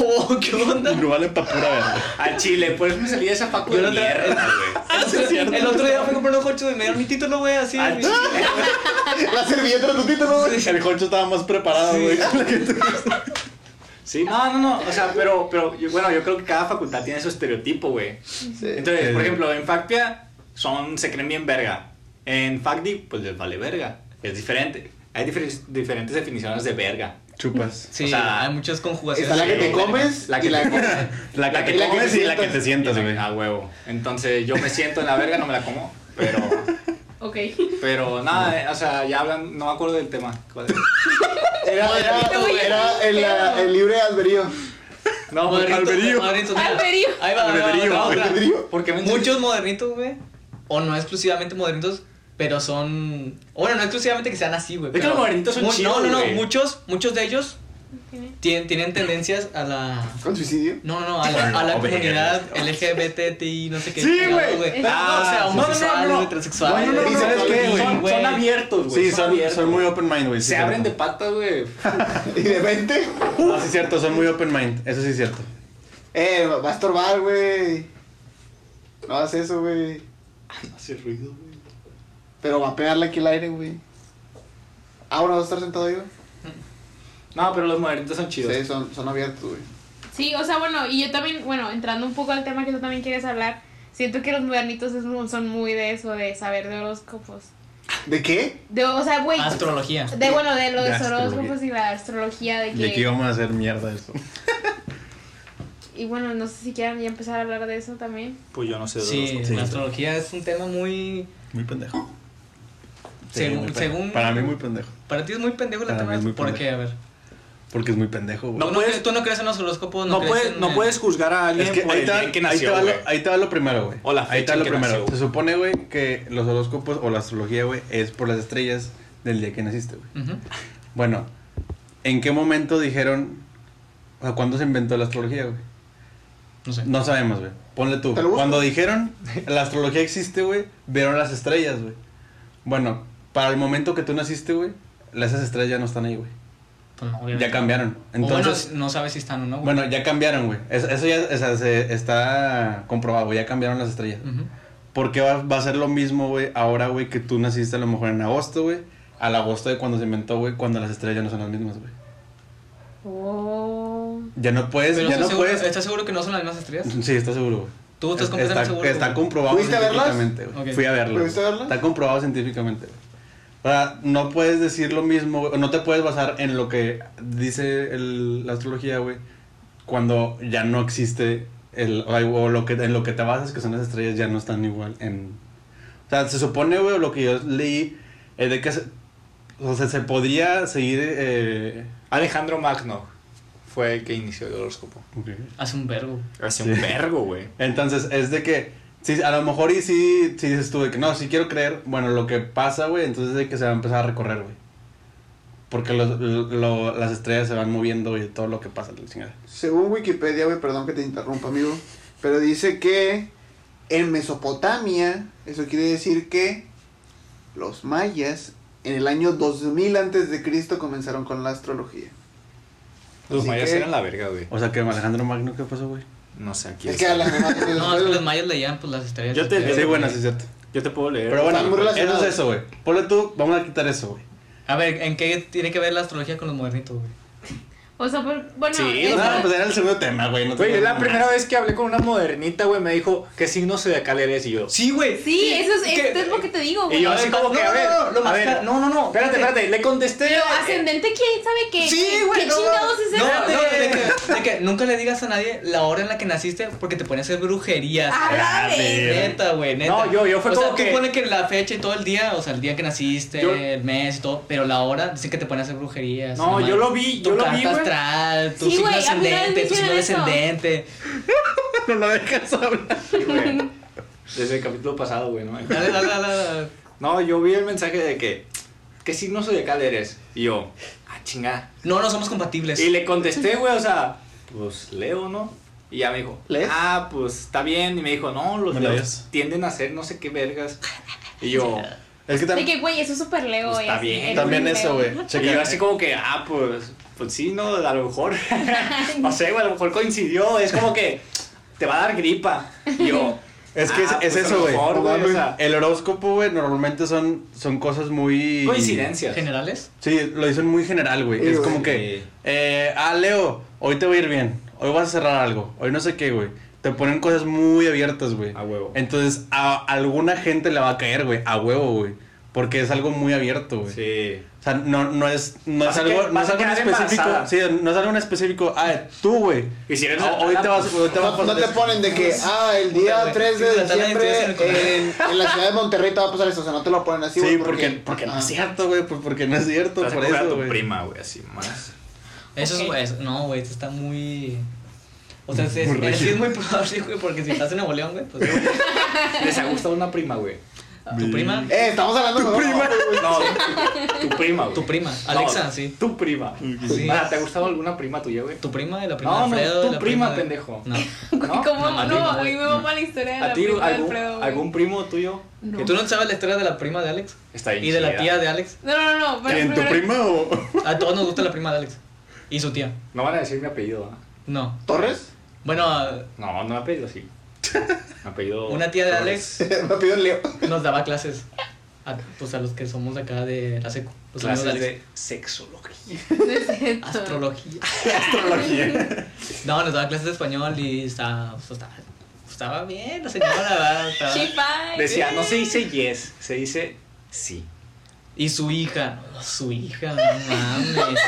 Speaker 2: Oh, ¿qué onda?
Speaker 5: No valen pa' pura verga.
Speaker 1: Al chile, por eso me salí de esa facu
Speaker 2: Yo
Speaker 1: de
Speaker 2: no tra-
Speaker 1: mierda, güey.
Speaker 2: El otro día fui a comprar unos cochos y me dieron mi título, güey, así.
Speaker 1: Al chile.
Speaker 3: La servilleta de tu título, güey.
Speaker 5: El Joncho estaba más preparado,
Speaker 2: Sí.
Speaker 5: güey. que tú.
Speaker 1: Sí, no, no, no. O sea, pero, pero yo- bueno, yo creo que cada facultad tiene su estereotipo, güey. Entonces, por
Speaker 5: Sí.
Speaker 1: ejemplo, en Factia son, se creen bien verga. En Facdi, pues les vale verga. Es diferente. Hay diferen- diferentes definiciones de verga.
Speaker 5: Chupas.
Speaker 2: Sí,
Speaker 1: O sea,
Speaker 2: hay muchas conjugaciones.
Speaker 3: Está la que te
Speaker 1: Sí.
Speaker 3: comes
Speaker 1: La que
Speaker 3: y la
Speaker 1: te
Speaker 3: que...
Speaker 5: La que
Speaker 1: La que-
Speaker 5: te
Speaker 1: la que
Speaker 5: comes
Speaker 3: te
Speaker 5: y la que te sientas, güey.
Speaker 1: A huevo. Entonces, yo me siento en la verga, no me la como. Pero,
Speaker 4: Ok.
Speaker 1: pero nada, eh, o sea, ya hablan, no me acuerdo del tema. ¿Cuál es?
Speaker 3: Era, era, era el, la- el libre albedrío.
Speaker 1: No,
Speaker 2: Modernitos,
Speaker 5: Alberío.
Speaker 2: modernitos, mira.
Speaker 4: Alberío.
Speaker 2: Ahí va, ahí va,
Speaker 5: Alberío,
Speaker 2: otra, otra.
Speaker 3: albedrío.
Speaker 1: porque me
Speaker 2: Muchos modernitos, güey. O no exclusivamente modernitos, pero son. o Bueno, no exclusivamente que sean así, güey.
Speaker 1: Es que
Speaker 2: pero
Speaker 1: los modernitos son
Speaker 2: mu-
Speaker 1: chidos,
Speaker 2: No, no, no.
Speaker 1: güey.
Speaker 2: Muchos, muchos de ellos
Speaker 4: Tiene-
Speaker 2: tienen, tienen tendencias a la.
Speaker 3: ¿Con suicidio?
Speaker 2: No, no, no, a la, a la
Speaker 5: Oh,
Speaker 2: comunidad
Speaker 5: verga.
Speaker 2: LGBTI, no sé qué.
Speaker 5: Sí,
Speaker 2: chingado,
Speaker 5: güey.
Speaker 2: Ah, o sea,
Speaker 1: no, no, no,
Speaker 2: homosexuales,
Speaker 1: no.
Speaker 2: güey, transexuales.
Speaker 5: No, no, no,
Speaker 2: güey.
Speaker 5: no, ¿sabes qué, güey?
Speaker 1: Son, son abiertos, güey.
Speaker 5: Sí, son,
Speaker 1: abiertos.
Speaker 5: son muy open mind, güey. sí,
Speaker 1: Se abren de
Speaker 5: cierto.
Speaker 1: patas, güey.
Speaker 3: Y de repente,
Speaker 5: No, sí, es cierto, son muy open mind. Eso sí es cierto.
Speaker 3: eh, va a estorbar, güey. No hagas eso, güey.
Speaker 1: Hace ruido, güey.
Speaker 3: Pero va a pegarle aquí el aire, güey. Ah, bueno, vas a estar sentado yo.
Speaker 1: No, pero los modernitos son chidos.
Speaker 3: Sí, son, son abiertos, güey.
Speaker 4: Sí, o sea, bueno, y yo también, bueno, entrando un poco al tema que tú también quieres hablar, siento que los modernitos es mu- son muy de eso, de saber de horóscopos.
Speaker 3: ¿De qué?
Speaker 4: De, o sea, güey,
Speaker 2: Astrología.
Speaker 4: de bueno, de los
Speaker 5: De astrología.
Speaker 4: horóscopos y la astrología, de
Speaker 5: Y aquí
Speaker 4: que...
Speaker 5: vamos a hacer mierda eso.
Speaker 4: Y bueno, no sé si quieran ya empezar a hablar de eso también.
Speaker 1: Pues yo no sé de
Speaker 2: Sí,
Speaker 5: Sí.
Speaker 2: la astrología es un tema muy.
Speaker 5: Muy pendejo. Sí,
Speaker 2: Según-
Speaker 5: muy pendejo.
Speaker 2: según-
Speaker 5: Para mí, muy pendejo.
Speaker 2: Para ti es muy pendejo la
Speaker 5: Para mí
Speaker 2: tema.
Speaker 5: es muy
Speaker 2: ¿Por qué? A ver.
Speaker 5: Porque es muy pendejo, güey.
Speaker 2: No,
Speaker 1: No
Speaker 2: tú,
Speaker 1: puedes-
Speaker 2: no, tú no crees en los horóscopos, no,
Speaker 1: No,
Speaker 2: crees
Speaker 1: puedes,
Speaker 2: en
Speaker 1: no
Speaker 2: el-
Speaker 1: puedes juzgar a alguien
Speaker 5: Es que
Speaker 1: por
Speaker 5: ahí
Speaker 1: el
Speaker 5: te,
Speaker 1: día en que
Speaker 5: ahí
Speaker 1: nació,
Speaker 5: te va lo,
Speaker 1: güey.
Speaker 5: ahí te va lo primero, güey.
Speaker 1: O la
Speaker 5: Ahí
Speaker 1: fecha
Speaker 5: te va
Speaker 1: en
Speaker 5: lo
Speaker 1: que
Speaker 5: primero.
Speaker 1: nació, güey.
Speaker 5: Se supone, güey, que los horóscopos o la astrología, güey, es por las estrellas del día que naciste, güey.
Speaker 2: Ujú.
Speaker 5: Bueno, ¿en qué momento dijeron, o sea, cuándo se inventó la astrología, güey?
Speaker 2: No sé.
Speaker 5: No sabemos, güey. Ponle tú.
Speaker 3: Te lo busco.
Speaker 5: Cuando dijeron, la astrología existe, güey, vieron las estrellas, güey. Bueno, para el momento que tú naciste, güey, las- esas estrellas ya no están ahí, güey.
Speaker 2: Pues no, obviamente.
Speaker 5: Ya cambiaron.
Speaker 2: O bueno,
Speaker 5: Entonces,
Speaker 2: no sabes si están o no. güey.
Speaker 5: bueno, ya cambiaron, güey. Es- Eso ya o sea, se- está comprobado, güey. Ya cambiaron las estrellas.
Speaker 2: Ujú.
Speaker 5: ¿Por qué va, va a ser lo mismo, güey, ahora, güey, que tú naciste a lo mejor en agosto, güey? Al agosto de cuando se inventó, güey, cuando las estrellas ya no son las mismas, güey.
Speaker 4: Oh.
Speaker 5: Ya no puedes,
Speaker 2: Pero
Speaker 5: ya
Speaker 2: ¿estás
Speaker 5: no
Speaker 2: seguro-
Speaker 5: puedes.
Speaker 2: ¿Estás seguro que no son las mismas estrellas?
Speaker 5: Sí, está seguro, güey.
Speaker 2: Tú estás
Speaker 5: Es-
Speaker 2: completamente
Speaker 5: está,
Speaker 2: seguro.
Speaker 5: Está
Speaker 2: güey.
Speaker 5: comprobado
Speaker 3: ¿Fuiste a verlas?
Speaker 5: científicamente, güey.
Speaker 2: Ok.
Speaker 5: Fui a verlas.
Speaker 3: ¿Fuiste a verlas?
Speaker 5: Está comprobado científicamente, güey. O sea, no puedes decir lo mismo, güey, o no te puedes basar en lo que dice el- la astrología, güey, cuando ya no existe el, o o lo que, en lo que te basas, que son las estrellas, ya no están igual en... O sea, se supone, güey, lo que yo leí es de que se, o sea, se podría seguir... eh,
Speaker 1: Alejandro Magno fue el que inició el horóscopo.
Speaker 2: Haz un verbo.
Speaker 1: Hace
Speaker 5: Sí.
Speaker 1: un vergo, güey.
Speaker 5: Entonces, es de que, sí, a lo mejor y sí, sí dices tú de que no, sí quiero creer, bueno, lo que pasa, güey, entonces es de que se va a empezar a recorrer, güey. Porque los- lo- las estrellas se van moviendo y todo lo que pasa, la chingada.
Speaker 3: Según Wikipedia, güey, perdón que te interrumpa, amigo. Pero dice que en Mesopotamia, eso quiere decir que los mayas en el año 2000 antes de Cristo comenzaron con la astrología.
Speaker 1: Los
Speaker 3: Así
Speaker 1: mayas
Speaker 3: que-
Speaker 1: eran la verga, güey.
Speaker 5: O sea que Alejandro Magno, ¿qué pasó, güey?
Speaker 1: No sé aquí.
Speaker 3: Es que a la
Speaker 2: No, es que los mayas leían pues las estrellas.
Speaker 1: Yo te-
Speaker 2: Pero-
Speaker 5: Sí, bueno, sí es cierto.
Speaker 1: Yo te puedo leer.
Speaker 5: Pero
Speaker 3: Están muy
Speaker 5: bueno, eso
Speaker 3: relacionados.
Speaker 5: es eso, güey. Ponle tú, vamos a quitar eso, güey.
Speaker 2: A ver, ¿en qué tiene que ver la astrología con los modernitos, güey?
Speaker 4: O sea, por, bueno,
Speaker 1: Sí,
Speaker 4: es-
Speaker 1: o sea,
Speaker 5: No, pues era el segundo tema, güey. no te
Speaker 1: Güey, es la
Speaker 5: preocupes.
Speaker 1: primera vez que hablé con una modernita, güey, me dijo, ¿qué signo zodiacal eres? Y yo,
Speaker 2: Sí, güey.
Speaker 4: sí, eso es,
Speaker 2: ¿Qué?
Speaker 4: esto es lo que te digo,
Speaker 1: Y
Speaker 4: güey.
Speaker 1: yo así como que, a ver,
Speaker 2: No, no, no, lo
Speaker 1: a
Speaker 2: más
Speaker 1: ver.
Speaker 2: ca- no, no, no.
Speaker 1: Espérate, espérate, le contesté.
Speaker 4: Pero ascendente, ¿quién sabe qué?
Speaker 2: Sí,
Speaker 4: ¿Qué-
Speaker 2: güey,
Speaker 4: ¿Qué
Speaker 2: no,
Speaker 4: chingados es
Speaker 2: No, no,
Speaker 4: ese?
Speaker 2: de que, de que nunca le digas a nadie la hora en la que naciste porque te pones a hacer brujerías.
Speaker 4: A la
Speaker 1: Ah,
Speaker 4: vez.
Speaker 1: verga.
Speaker 2: Neta, güey, neta.
Speaker 1: No, yo- yo fue
Speaker 2: o
Speaker 1: como
Speaker 2: sea,
Speaker 1: que-
Speaker 2: tú pones que la fecha y todo el día, o sea, el día que naciste,
Speaker 1: Yo-
Speaker 2: el mes y todo, pero la hora, dicen que te ponen a hacer brujerías.
Speaker 1: No, yo lo vi, yo
Speaker 2: tu
Speaker 1: lo vi,
Speaker 2: carta
Speaker 1: güey.
Speaker 2: astral, tu
Speaker 4: Sí,
Speaker 2: signo
Speaker 4: güey, a mí una vez me
Speaker 2: ascendente, tu signo
Speaker 4: hicieron eso.
Speaker 2: descendente.
Speaker 5: No lo dejas hablar.
Speaker 1: Sí, güey. Desde el capítulo pasado, güey, ¿no?
Speaker 2: Dale, dale, dale, dale.
Speaker 1: No, yo vi el mensaje de que, ¿qué signo zodiacal eres? Y yo, ah, chingada.
Speaker 2: No, no somos compatibles.
Speaker 1: Y le contesté, güey, o sea, pues Leo, ¿no? Y ya me dijo,
Speaker 3: ¿Lees?
Speaker 1: ah, pues está bien. Y me dijo, no, los
Speaker 5: ¿Me
Speaker 1: leos
Speaker 5: lees?
Speaker 1: tienden a ser no sé qué vergas. Y yo,
Speaker 5: Es que
Speaker 4: De
Speaker 5: también.
Speaker 4: que, güey, eso es súper leo,
Speaker 1: Pues
Speaker 4: güey.
Speaker 1: está
Speaker 4: así,
Speaker 1: bien,
Speaker 4: eres
Speaker 5: También
Speaker 4: muy
Speaker 5: eso,
Speaker 4: feo.
Speaker 5: güey.
Speaker 1: Y
Speaker 5: Checa.
Speaker 1: yo así como que, ah, pues, pues sí, no, a lo mejor, no sé, güey, a lo mejor coincidió, es como que te va a dar gripa. Y yo,
Speaker 5: Es que es-
Speaker 1: ah,
Speaker 5: es
Speaker 1: pues, a
Speaker 5: eso,
Speaker 1: lo
Speaker 5: güey.
Speaker 1: mejor,
Speaker 3: No
Speaker 1: güey, o
Speaker 3: mames.
Speaker 1: sea,
Speaker 5: El horóscopo, güey, normalmente son, son cosas muy.
Speaker 1: coincidencias.
Speaker 2: ¿Generales?
Speaker 5: Sí, lo dicen muy general, güey.
Speaker 3: Sí,
Speaker 5: Es
Speaker 3: güey.
Speaker 5: como que, eh, ah, Leo, hoy te va a ir bien. Hoy vas a cerrar algo. Hoy no sé qué, güey. Te ponen cosas muy abiertas, güey.
Speaker 1: A huevo.
Speaker 5: Entonces, a alguna gente le va a caer, güey. A huevo, güey. Porque es algo muy abierto, güey.
Speaker 1: Sí.
Speaker 5: O sea, no, no es, no
Speaker 1: Vas
Speaker 5: es
Speaker 1: a
Speaker 5: algo,
Speaker 1: que-
Speaker 5: no
Speaker 1: vas
Speaker 5: es
Speaker 1: a
Speaker 5: algo en
Speaker 1: quedar
Speaker 5: específico.
Speaker 1: embarazada.
Speaker 5: Sí, no es algo en específico. Ah, tú, güey.
Speaker 1: Y si eres
Speaker 5: Ah, hoy te vas, hoy te va a
Speaker 3: No, no
Speaker 5: pasar
Speaker 3: te
Speaker 5: esto.
Speaker 3: ponen de que, ah, el día
Speaker 2: Puta, güey.
Speaker 3: 3
Speaker 2: Sí,
Speaker 3: de
Speaker 2: la tarde
Speaker 3: diciembre
Speaker 2: empiezan con-
Speaker 3: en, en la ciudad de Monterrey te va a pasar eso, o sea, no te lo ponen así,
Speaker 5: Sí,
Speaker 3: güey.
Speaker 5: porque, porque no
Speaker 3: Ah.
Speaker 5: es cierto, güey. pues Porque no es
Speaker 1: Te
Speaker 5: cierto.
Speaker 1: vas a
Speaker 5: Por
Speaker 1: coger a
Speaker 5: eso,
Speaker 1: tu
Speaker 5: güey.
Speaker 1: prima, güey, así más.
Speaker 2: Eso
Speaker 4: Ok.
Speaker 2: es, es- no, güey, esto está muy... O sea, es, es,
Speaker 5: Muy
Speaker 2: sí
Speaker 5: rígido.
Speaker 2: es muy probable, güey, porque si estás en Nuevo León, güey, pues
Speaker 1: Les ha gustado una prima, güey.
Speaker 2: tu prima,
Speaker 3: Eh, estamos hablando de prima.
Speaker 1: No, tu prima, güey.
Speaker 2: tu prima,
Speaker 1: No,
Speaker 2: Alexa, sí.
Speaker 1: Tu prima.
Speaker 2: Sí.
Speaker 1: Ah, ¿Te ha gustado alguna prima tuya, güey?
Speaker 2: Tu prima de la prima
Speaker 1: No,
Speaker 2: de
Speaker 1: no,
Speaker 2: Alfredo. de
Speaker 1: tu
Speaker 2: la
Speaker 1: prima,
Speaker 2: de-
Speaker 1: pendejo.
Speaker 2: No.
Speaker 4: Güey, ¿Cómo?
Speaker 2: No, a
Speaker 4: No,
Speaker 2: mí no,
Speaker 4: a mí me va la historia de
Speaker 1: ¿A
Speaker 4: la
Speaker 1: ti
Speaker 4: prima de
Speaker 1: algún,
Speaker 4: Alfredo, güey.
Speaker 1: algún primo tuyo?
Speaker 4: No.
Speaker 1: que-
Speaker 2: ¿Tú no sabes la historia de la prima de Alex?
Speaker 1: Está bien
Speaker 2: ¿Y de la
Speaker 1: chida.
Speaker 2: tía de Alex?
Speaker 4: No, no, no, pero
Speaker 5: ¿En tu
Speaker 4: primero-
Speaker 5: prima o.?
Speaker 2: A todos nos gusta la prima de Alex. ¿Y su tía?
Speaker 1: No van a decir mi apellido, ¿ah?
Speaker 2: No.
Speaker 3: ¿Torres?
Speaker 2: Bueno, ah,
Speaker 1: No, no me apellido así. Me apellido.
Speaker 2: una tía de
Speaker 1: Flores.
Speaker 2: Alex
Speaker 3: Me pidió Leo.
Speaker 2: nos daba clases. A, pues a los que somos de acá de la secu. Los amigos de
Speaker 1: Clases
Speaker 2: Alex.
Speaker 1: de sexología.
Speaker 4: No es cierto.
Speaker 2: Astrología.
Speaker 5: Astrología.
Speaker 2: No, nos daba clases de español y estaba, pues, estaba, estaba bien la señora. ¿verdad? Estaba-
Speaker 4: Chipay.
Speaker 1: Decía, no se dice yes, se dice sí.
Speaker 2: Y su hija. no, su hija, no mames.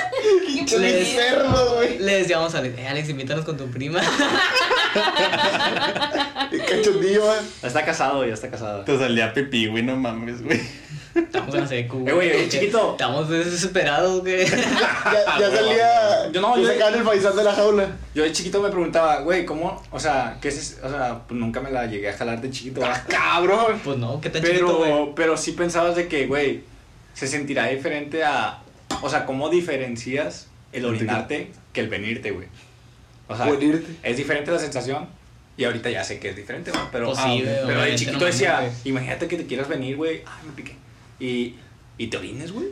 Speaker 3: Pinche
Speaker 2: Le-
Speaker 3: cerdo, güey.
Speaker 2: Le decíamos a Alex, "Eh, Alex, invítanos con tu prima.
Speaker 3: Cachondillo, güey.
Speaker 1: Ya está casado, ya está casada.
Speaker 5: Te salía pipí, güey, no mames, güey.
Speaker 2: Estamos en la secu.
Speaker 1: Eh, güey,
Speaker 2: que
Speaker 1: chiquito.
Speaker 2: Estamos desesperados, güey.
Speaker 3: Ya, ya salía.
Speaker 1: Yo no, yo-
Speaker 3: ya sacaban el paisán de la jaula.
Speaker 1: Yo de chiquito me preguntaba, güey, ¿cómo? O sea, ¿qué es eso? O sea, pues nunca me la llegué a jalar de chiquito. ¡Ah, cabrón!
Speaker 2: Pues no, qué tan chiquito, güey.
Speaker 1: Pero, pero sí pensabas de que, güey, se sentirá diferente a. O sea, ¿cómo diferencias el orinarte que el venirte, güey? O sea,
Speaker 3: O el irte.
Speaker 1: es diferente la sensación. Y ahorita ya sé que es diferente, güey. Pero,
Speaker 2: Pues sí,
Speaker 1: ah,
Speaker 2: güey,
Speaker 1: pero de
Speaker 2: obviamente,
Speaker 1: chiquito
Speaker 2: no mames,
Speaker 1: decía,
Speaker 2: güey.
Speaker 1: imagínate que te quieras venir, güey. Ay, me piqué. Y, y te orines, güey.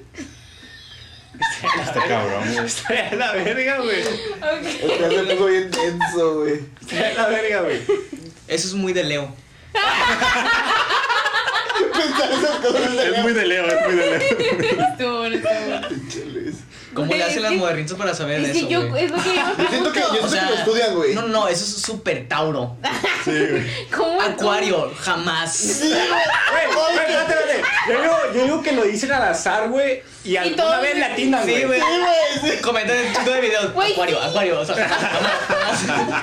Speaker 5: Está cabrón, güey.
Speaker 1: Está de la verga, güey.
Speaker 4: Ok.
Speaker 3: El se puso bien denso, güey.
Speaker 1: Está de la verga, güey.
Speaker 2: Eso es muy de Leo.
Speaker 3: Pensar esas cosas de
Speaker 5: Es muy de Leo, es muy de Leo.
Speaker 4: Estuvo bueno, estuvo bueno.
Speaker 3: pinche Luis.
Speaker 2: ¿Cómo
Speaker 4: Güey,
Speaker 2: le
Speaker 4: es
Speaker 2: hacen las
Speaker 4: que-
Speaker 2: modernitas para saber
Speaker 4: Es
Speaker 2: eso?
Speaker 4: que yo,
Speaker 2: güey?
Speaker 4: es lo que yo me
Speaker 3: Yo siento que-
Speaker 4: pregunto.
Speaker 3: yo- eso que lo estudian, güey.
Speaker 2: No, no, eso es súper Tauro.
Speaker 5: Sí, güey.
Speaker 4: Ah, ¿Cómo es-
Speaker 2: Acuario, jamás.
Speaker 3: Sí,
Speaker 1: Güey, güey, espérate, espérate. Yo digo, yo digo que lo dicen al azar, güey. Y alguna
Speaker 4: todos
Speaker 1: vez
Speaker 4: dicen-
Speaker 1: latinan,
Speaker 2: Sí,
Speaker 1: güey.
Speaker 2: güey.
Speaker 3: güey, sí.
Speaker 2: Comenta en chico de videos.
Speaker 4: Güey,
Speaker 2: Acuario,
Speaker 4: sí.
Speaker 2: Acuario. O sea, jamás, jamás.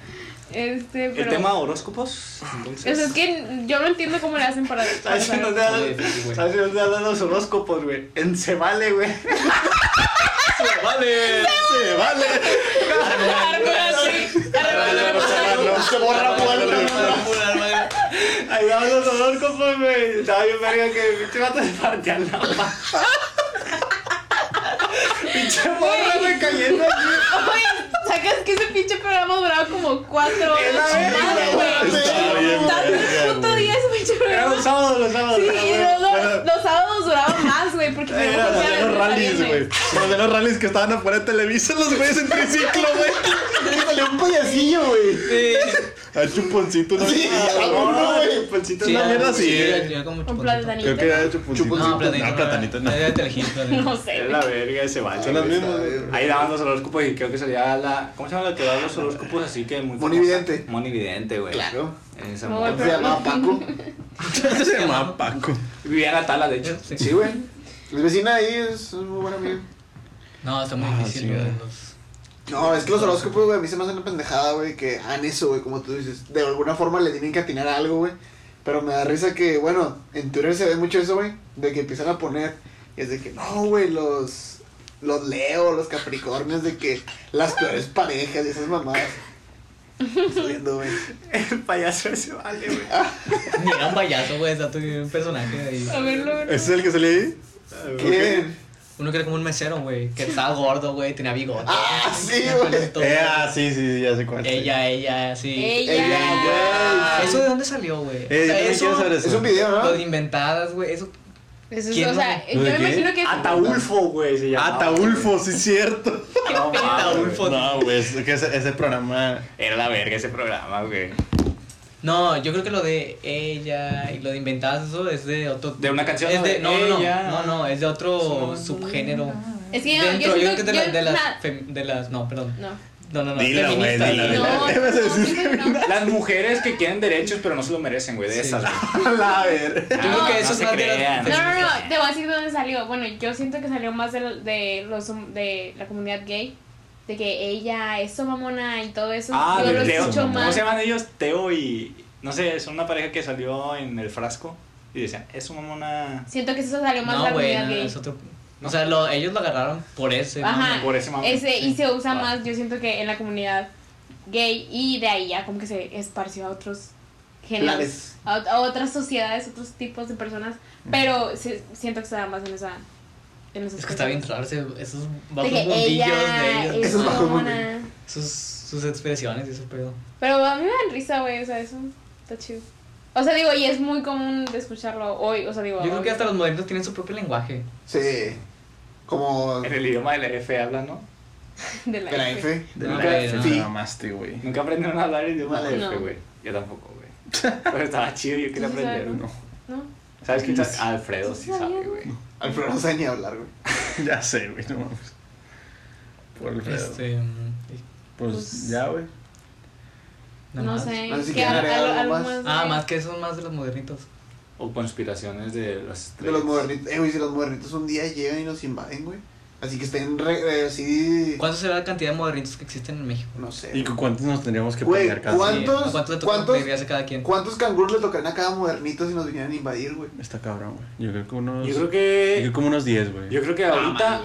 Speaker 4: Este,
Speaker 1: El
Speaker 4: pero.
Speaker 1: tema de horóscopos. Entonces,
Speaker 4: O sea, es que yo no entiendo cómo le hacen para.
Speaker 3: Ah,
Speaker 4: para
Speaker 1: Así nos
Speaker 4: saber.
Speaker 1: da-
Speaker 2: Oye, sí, güey.
Speaker 1: así nos dan los horóscopos, güey. En se vale, güey.
Speaker 5: Se vale, se vale.
Speaker 4: Armas, sí. Armas,
Speaker 5: No,
Speaker 3: Se borra muerto.
Speaker 1: Ahí van los horóscopos, güey. Estaba bien verga que pinche vato se partía la mano. Pinche morra, güey, cayendo aquí.
Speaker 4: Ay, sacas que ese pinche programa duraba como cuatro
Speaker 1: Es la
Speaker 4: horas.
Speaker 1: verga,
Speaker 4: Madre,
Speaker 1: güey.
Speaker 4: güey.
Speaker 5: Está bien,
Speaker 4: Tanto
Speaker 5: verga,
Speaker 4: puto
Speaker 5: güey.
Speaker 4: día ese pinche
Speaker 1: Era
Speaker 4: programa.
Speaker 1: los sábados, los sábados.
Speaker 4: Sí,
Speaker 1: ah,
Speaker 4: y
Speaker 1: güey.
Speaker 4: luego sábados, los sábados duraban más, güey, porque
Speaker 5: Eh,
Speaker 4: teníamos que
Speaker 5: los
Speaker 4: ir
Speaker 5: de los
Speaker 4: a
Speaker 5: rallies, güey. Los de los rallies que estaban afuera de Televisa, los güeyes en triciclo, güey.
Speaker 3: Salió un payasillo, güey.
Speaker 5: Al chuponcito, ¿no?
Speaker 3: Sí,
Speaker 5: Ah,
Speaker 3: a uno, güey.
Speaker 5: Chuponcito es una mierda así. eh.
Speaker 2: yo como
Speaker 4: Un
Speaker 2: chuponcito.
Speaker 4: platanito.
Speaker 5: Creo que era el chuponcito.
Speaker 3: Chuponcito.
Speaker 2: No, platanito.
Speaker 5: No, Pues platanito, no.
Speaker 2: Era de Telehit, platanito.
Speaker 4: No sé,
Speaker 1: Es
Speaker 4: güey.
Speaker 1: la verga ese bache.
Speaker 5: Son las
Speaker 1: güey.
Speaker 5: mismas, güey.
Speaker 1: Ahí daban los horóscopos y creo que salía la. ¿Cómo se llama la que da los horóscopos así que muy.
Speaker 3: Monividente.
Speaker 1: famosa? Monividente, güey.
Speaker 3: Claro.
Speaker 1: Esa
Speaker 4: No,
Speaker 1: morra.
Speaker 3: Se llamaba Paco.
Speaker 5: Se llamaba Paco.
Speaker 1: Vivía en la tala, de hecho.
Speaker 2: Sí.
Speaker 3: Sí, güey. La vecina ahí es un muy buen amigo.
Speaker 2: No, está muy
Speaker 5: Ah, sí,
Speaker 2: difícil, güey.
Speaker 5: güey.
Speaker 2: los-
Speaker 3: No, es que los horóscopos, güey, a mí se me hacen una pendejada, güey, que hagan eso, güey, como tú dices. De alguna forma le tienen que atinar a algo, güey. Pero me da risa que, bueno, en Twitter se ve mucho eso, güey, de que empiezan a poner. Y es de que, no, güey, los. Los Leo, los Capricornios, de que las peores parejas y esas mamadas. Saliendo, güey.
Speaker 1: El payaso ese vale, güey.
Speaker 2: Ni era un payaso, güey, está tu un personaje de ahí.
Speaker 4: A verlo, güey.
Speaker 5: ¿Ese es el que salía ahí?
Speaker 3: ¿Quién?
Speaker 2: Uno que era como un mesero, güey, que estaba gordo, güey, tenía bigote.
Speaker 3: Ah, sí,
Speaker 2: tenía
Speaker 3: güey.
Speaker 2: pelito,
Speaker 5: Eh, ah, sí, sí, sí, ya sé cuál.
Speaker 2: Ella, ella, sí.
Speaker 4: Ella.
Speaker 3: Ella, güey.
Speaker 2: ¿Eso de dónde salió, güey?
Speaker 5: Eh, yo también quiero saber eso.
Speaker 3: Es un video, ¿no?
Speaker 2: Lo de inventadas, güey, eso.
Speaker 4: Eso es,
Speaker 2: ¿Quién
Speaker 4: o sea,
Speaker 5: no?
Speaker 4: yo
Speaker 5: ¿De
Speaker 4: me
Speaker 5: qué?
Speaker 4: imagino que es.
Speaker 1: Ataulfo, güey, se llamaba.
Speaker 5: Ataulfo, Ah, sí, cierto.
Speaker 1: güey. No, mames,
Speaker 2: Ataulfo.
Speaker 5: No, güey, es que ese, ese programa.
Speaker 1: güey. Era la verga ese programa, güey.
Speaker 2: No, yo creo que lo de ella y lo de inventadas, eso es de otro.
Speaker 1: De una canción,
Speaker 2: Es
Speaker 1: ¿no?
Speaker 2: de, no, no,
Speaker 1: Ella.
Speaker 2: no, no, no, es de otro
Speaker 1: Son-
Speaker 2: subgénero.
Speaker 4: Es que yo,
Speaker 2: Dentro,
Speaker 4: yo
Speaker 2: yo creo
Speaker 4: siento
Speaker 2: que de,
Speaker 4: yo-
Speaker 2: la- de las.
Speaker 4: na-
Speaker 2: fem- de las. No, perdón.
Speaker 4: No.
Speaker 2: No, no, no.
Speaker 5: Dila, güey,
Speaker 2: feministas,
Speaker 5: dila,
Speaker 2: güey.
Speaker 5: dila.
Speaker 4: No,
Speaker 5: Debes
Speaker 4: no,
Speaker 5: decir
Speaker 4: siento que no.
Speaker 1: Las mujeres que quieren derechos pero no se lo merecen, güey, de
Speaker 2: Sí.
Speaker 1: esas, güey.
Speaker 5: La ver.
Speaker 1: Yo
Speaker 4: creo que eso
Speaker 2: es más de las-
Speaker 4: No, no, no, te voy a decir de dónde salió. Bueno, yo siento que salió más de, de los de la comunidad gay. De que ella es so mamona y todo eso.
Speaker 1: Ah,
Speaker 4: yo
Speaker 1: de
Speaker 4: lo
Speaker 1: Teo.
Speaker 4: escucho
Speaker 1: ¿Cómo
Speaker 4: más.
Speaker 1: se llaman ellos? Teo y. No sé, son una pareja que salió en el frasco y decían, es una mamona.
Speaker 4: Siento que eso salió más de
Speaker 2: No,
Speaker 4: la
Speaker 2: güey,
Speaker 4: comunidad
Speaker 2: no,
Speaker 4: gay.
Speaker 2: es otro. O sea, lo- ellos lo agarraron por ese.
Speaker 4: Ajá.
Speaker 2: mame.
Speaker 1: Por ese mamón.
Speaker 4: Ah, Ese, y se usa
Speaker 1: Ah.
Speaker 4: más, yo siento que en la comunidad gay. Y de ahí ya como que se esparció a otros géneros.
Speaker 3: Planes.
Speaker 4: A, a otras sociedades, otros tipos de personas. Pero se- siento que se da más en esa. En esas
Speaker 2: Mm. Es que está bien
Speaker 4: cosas.
Speaker 2: raro ese- esos
Speaker 4: De
Speaker 2: bajos
Speaker 4: que
Speaker 2: mundillos de
Speaker 4: ella
Speaker 2: ellos.
Speaker 4: es
Speaker 3: Esos
Speaker 4: so
Speaker 3: bajos
Speaker 4: mamona.
Speaker 2: Sus, sus expresiones y su pedo.
Speaker 4: Pero a mí me dan risa, güey, o sea, eso está chido. O sea, digo, y es muy común de escucharlo hoy, o sea, digo...
Speaker 2: Yo creo que hasta
Speaker 4: ahora.
Speaker 2: los modernos tienen su propio lenguaje.
Speaker 3: Sí. Como.
Speaker 1: En el idioma de la F hablan, ¿no?
Speaker 4: De la,
Speaker 3: De la
Speaker 4: F.
Speaker 3: F.
Speaker 5: De
Speaker 2: No,
Speaker 5: la
Speaker 2: güey,
Speaker 5: F.
Speaker 2: no.
Speaker 5: Te mamaste, güey.
Speaker 1: Nunca aprendieron a hablar el idioma de la F,
Speaker 4: No.
Speaker 1: güey. Yo tampoco, güey. Pero estaba chido y yo quería
Speaker 4: Sí, sí, sabe,
Speaker 1: aprender.
Speaker 4: ¿no? ¿No?
Speaker 1: ¿Sabes quién sabe? Alfredo sí
Speaker 4: Sí, sabía,
Speaker 1: sabe,
Speaker 4: ¿no?
Speaker 1: güey.
Speaker 3: Alfredo no sabe ni hablar, güey.
Speaker 5: Ya sé, güey, no mames. Por el pedo.
Speaker 2: Este. mm,
Speaker 5: Pues,
Speaker 4: pues,
Speaker 5: ya, güey.
Speaker 2: nada
Speaker 4: No
Speaker 2: más.
Speaker 4: sé.
Speaker 3: No sé si
Speaker 4: que
Speaker 3: quieren
Speaker 4: al-
Speaker 3: agregar
Speaker 4: al-
Speaker 3: algo
Speaker 4: algo
Speaker 3: más.
Speaker 4: más.
Speaker 2: Ah,
Speaker 4: de-
Speaker 2: más que son más de los modernitos.
Speaker 1: O conspiraciones de las
Speaker 3: De
Speaker 1: estrellas.
Speaker 3: los modernitos. Eh, güey, si los modernitos un día llegan y nos invaden, güey. Así que estén re, eh, así.
Speaker 2: ¿Cuánto será la cantidad de modernitos que existen en México?
Speaker 3: No sé.
Speaker 5: ¿Y con cuántos nos tendríamos que
Speaker 3: Güey,
Speaker 5: pelear cada
Speaker 3: ¿cuán-
Speaker 5: día?
Speaker 3: ¿Cuántos-
Speaker 2: Sí, ¿Cuánto le toca
Speaker 3: cuántos-
Speaker 2: pedirse a cada quien?
Speaker 3: ¿Cuántos canguros le tocarían a cada modernito si nos vinieran a invadir, güey?
Speaker 5: Está cabrón, güey. Yo creo que unos.
Speaker 1: Yo creo
Speaker 5: yo creo
Speaker 1: que.
Speaker 5: que como unos 10, güey.
Speaker 1: Yo creo que
Speaker 3: Ah,
Speaker 1: ahorita
Speaker 3: madre,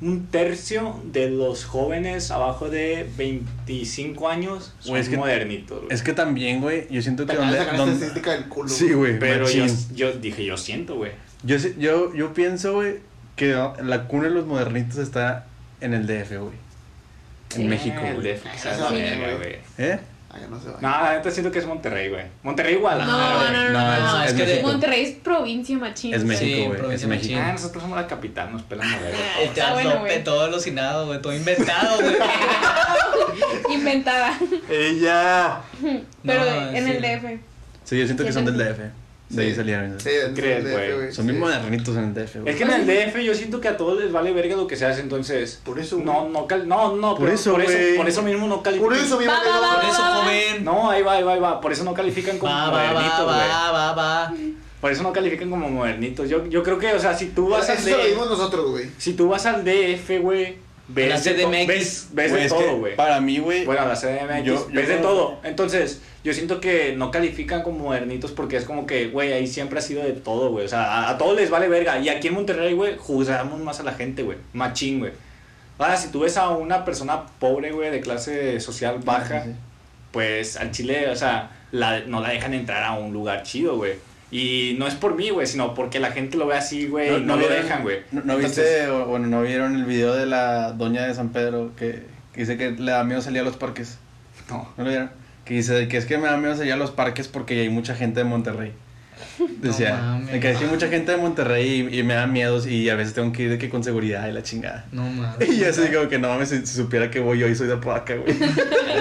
Speaker 3: güey.
Speaker 1: un tercio de los jóvenes abajo de 25 años son
Speaker 5: Güey, es que-
Speaker 1: modernitos, güey.
Speaker 5: Es que también, güey, yo siento
Speaker 3: Te
Speaker 5: que
Speaker 3: acabas de
Speaker 5: donde.
Speaker 3: sacar la
Speaker 5: donde-
Speaker 3: estadística del culo.
Speaker 5: Sí, güey.
Speaker 1: Pero yo,
Speaker 5: machín.
Speaker 1: yo dije, yo siento, güey.
Speaker 5: Yo, sí- yo, yo pienso, güey, que la cuna de los modernitos está en el DF, güey. En
Speaker 4: Sí.
Speaker 5: México,
Speaker 1: El
Speaker 5: güey.
Speaker 1: DF, o sea,
Speaker 3: Sí,
Speaker 1: la
Speaker 3: güey.
Speaker 1: verga, güey.
Speaker 5: ¿Eh?
Speaker 3: Allá Ah, no se va.
Speaker 1: No, la neta siento que es Monterrey, güey. Monterrey,
Speaker 4: No,
Speaker 1: Guadalajara,
Speaker 4: no,
Speaker 2: Ah,
Speaker 1: güey.
Speaker 4: no, no,
Speaker 5: No,
Speaker 4: no,
Speaker 5: es-
Speaker 4: no.
Speaker 5: es
Speaker 4: que
Speaker 5: México.
Speaker 4: Monterrey es provincia machín.
Speaker 5: Es
Speaker 4: o sea,
Speaker 2: Sí,
Speaker 5: México, güey. Es
Speaker 2: provincia
Speaker 5: México.
Speaker 2: machín.
Speaker 1: Ah, nosotros somos la capital, nos pelan la verga.
Speaker 4: Ah,
Speaker 2: Este,
Speaker 4: está
Speaker 2: a
Speaker 4: bueno,
Speaker 2: tope,
Speaker 4: güey.
Speaker 2: todo alucinado, güey, todo inventado, güey.
Speaker 4: Inventada.
Speaker 5: ¡Ella!
Speaker 4: Pero
Speaker 2: No,
Speaker 4: en
Speaker 2: sí.
Speaker 4: el DF.
Speaker 5: Sí, yo siento que son del DF. De ahí
Speaker 3: Sí.
Speaker 5: salieron.
Speaker 3: Sí, dentro
Speaker 1: ¿Crees,
Speaker 3: del
Speaker 1: güey?
Speaker 3: DF,
Speaker 5: Son bien modernitos en el DF,
Speaker 1: Es
Speaker 5: güey.
Speaker 1: que en el DF yo siento que a todos les vale verga lo que se hace, entonces.
Speaker 3: Por eso,
Speaker 1: No,
Speaker 3: güey.
Speaker 1: no, cal- no, no,
Speaker 5: Por
Speaker 1: pero-
Speaker 5: eso,
Speaker 1: por,
Speaker 5: güey.
Speaker 1: eso por eso mismo no califican.
Speaker 3: Por eso, mi
Speaker 4: Va,
Speaker 3: valedor.
Speaker 4: va,
Speaker 2: Por eso,
Speaker 4: va, va.
Speaker 2: joven.
Speaker 1: No, ahí va, ahí va, ahí va. Por eso no califican como
Speaker 2: Va, va, va,
Speaker 1: modernitos, güey.
Speaker 2: va, va, va.
Speaker 1: Por eso no califican como modernitos. Yo, yo creo que, o sea, si tú vas
Speaker 3: Eso
Speaker 1: al
Speaker 3: eso lo vimos
Speaker 1: DF,
Speaker 3: nosotros, güey.
Speaker 1: si tú vas al DF, güey,
Speaker 2: la
Speaker 1: ves, de to-
Speaker 2: CDMX.
Speaker 1: ves, ves
Speaker 5: Güey,
Speaker 1: de
Speaker 5: es que
Speaker 1: todo, güey.
Speaker 5: Para mí, güey.
Speaker 1: Bueno, la CDMX,
Speaker 5: Yo- yo
Speaker 1: ves de
Speaker 5: no-
Speaker 1: todo. Entonces, yo siento que no califican como modernitos porque es como que, güey, ahí siempre ha sido de todo, güey. O sea, a, a todos les vale verga. Y aquí en Monterrey, güey, juzgamos más a la gente, güey. Machín, güey. Ahora, si tú ves a una persona pobre, güey, de clase social baja,
Speaker 5: Sí, sí.
Speaker 1: pues al chile, o sea, la- no la dejan entrar a un lugar chido, güey. Y no es por mí, güey, sino porque la gente lo ve así, güey, y no, lo
Speaker 5: vieron-
Speaker 1: dejan, güey.
Speaker 5: No, no
Speaker 1: Entonces,
Speaker 5: viste, o, bueno, no vieron el video de la doña de San Pedro que, que dice que le da miedo salir a los parques.
Speaker 1: No.
Speaker 5: ¿No lo vieron? Que dice que es que me da miedo salir a los parques porque hay mucha gente de Monterrey. Decía,
Speaker 2: mames.
Speaker 5: de que hay mucha gente de Monterrey y, y me da miedos y a veces tengo que ir de que con seguridad y la chingada.
Speaker 2: No mames.
Speaker 5: Y yo así digo que no mames, si, si supiera que voy yo y soy de Apodaca, güey.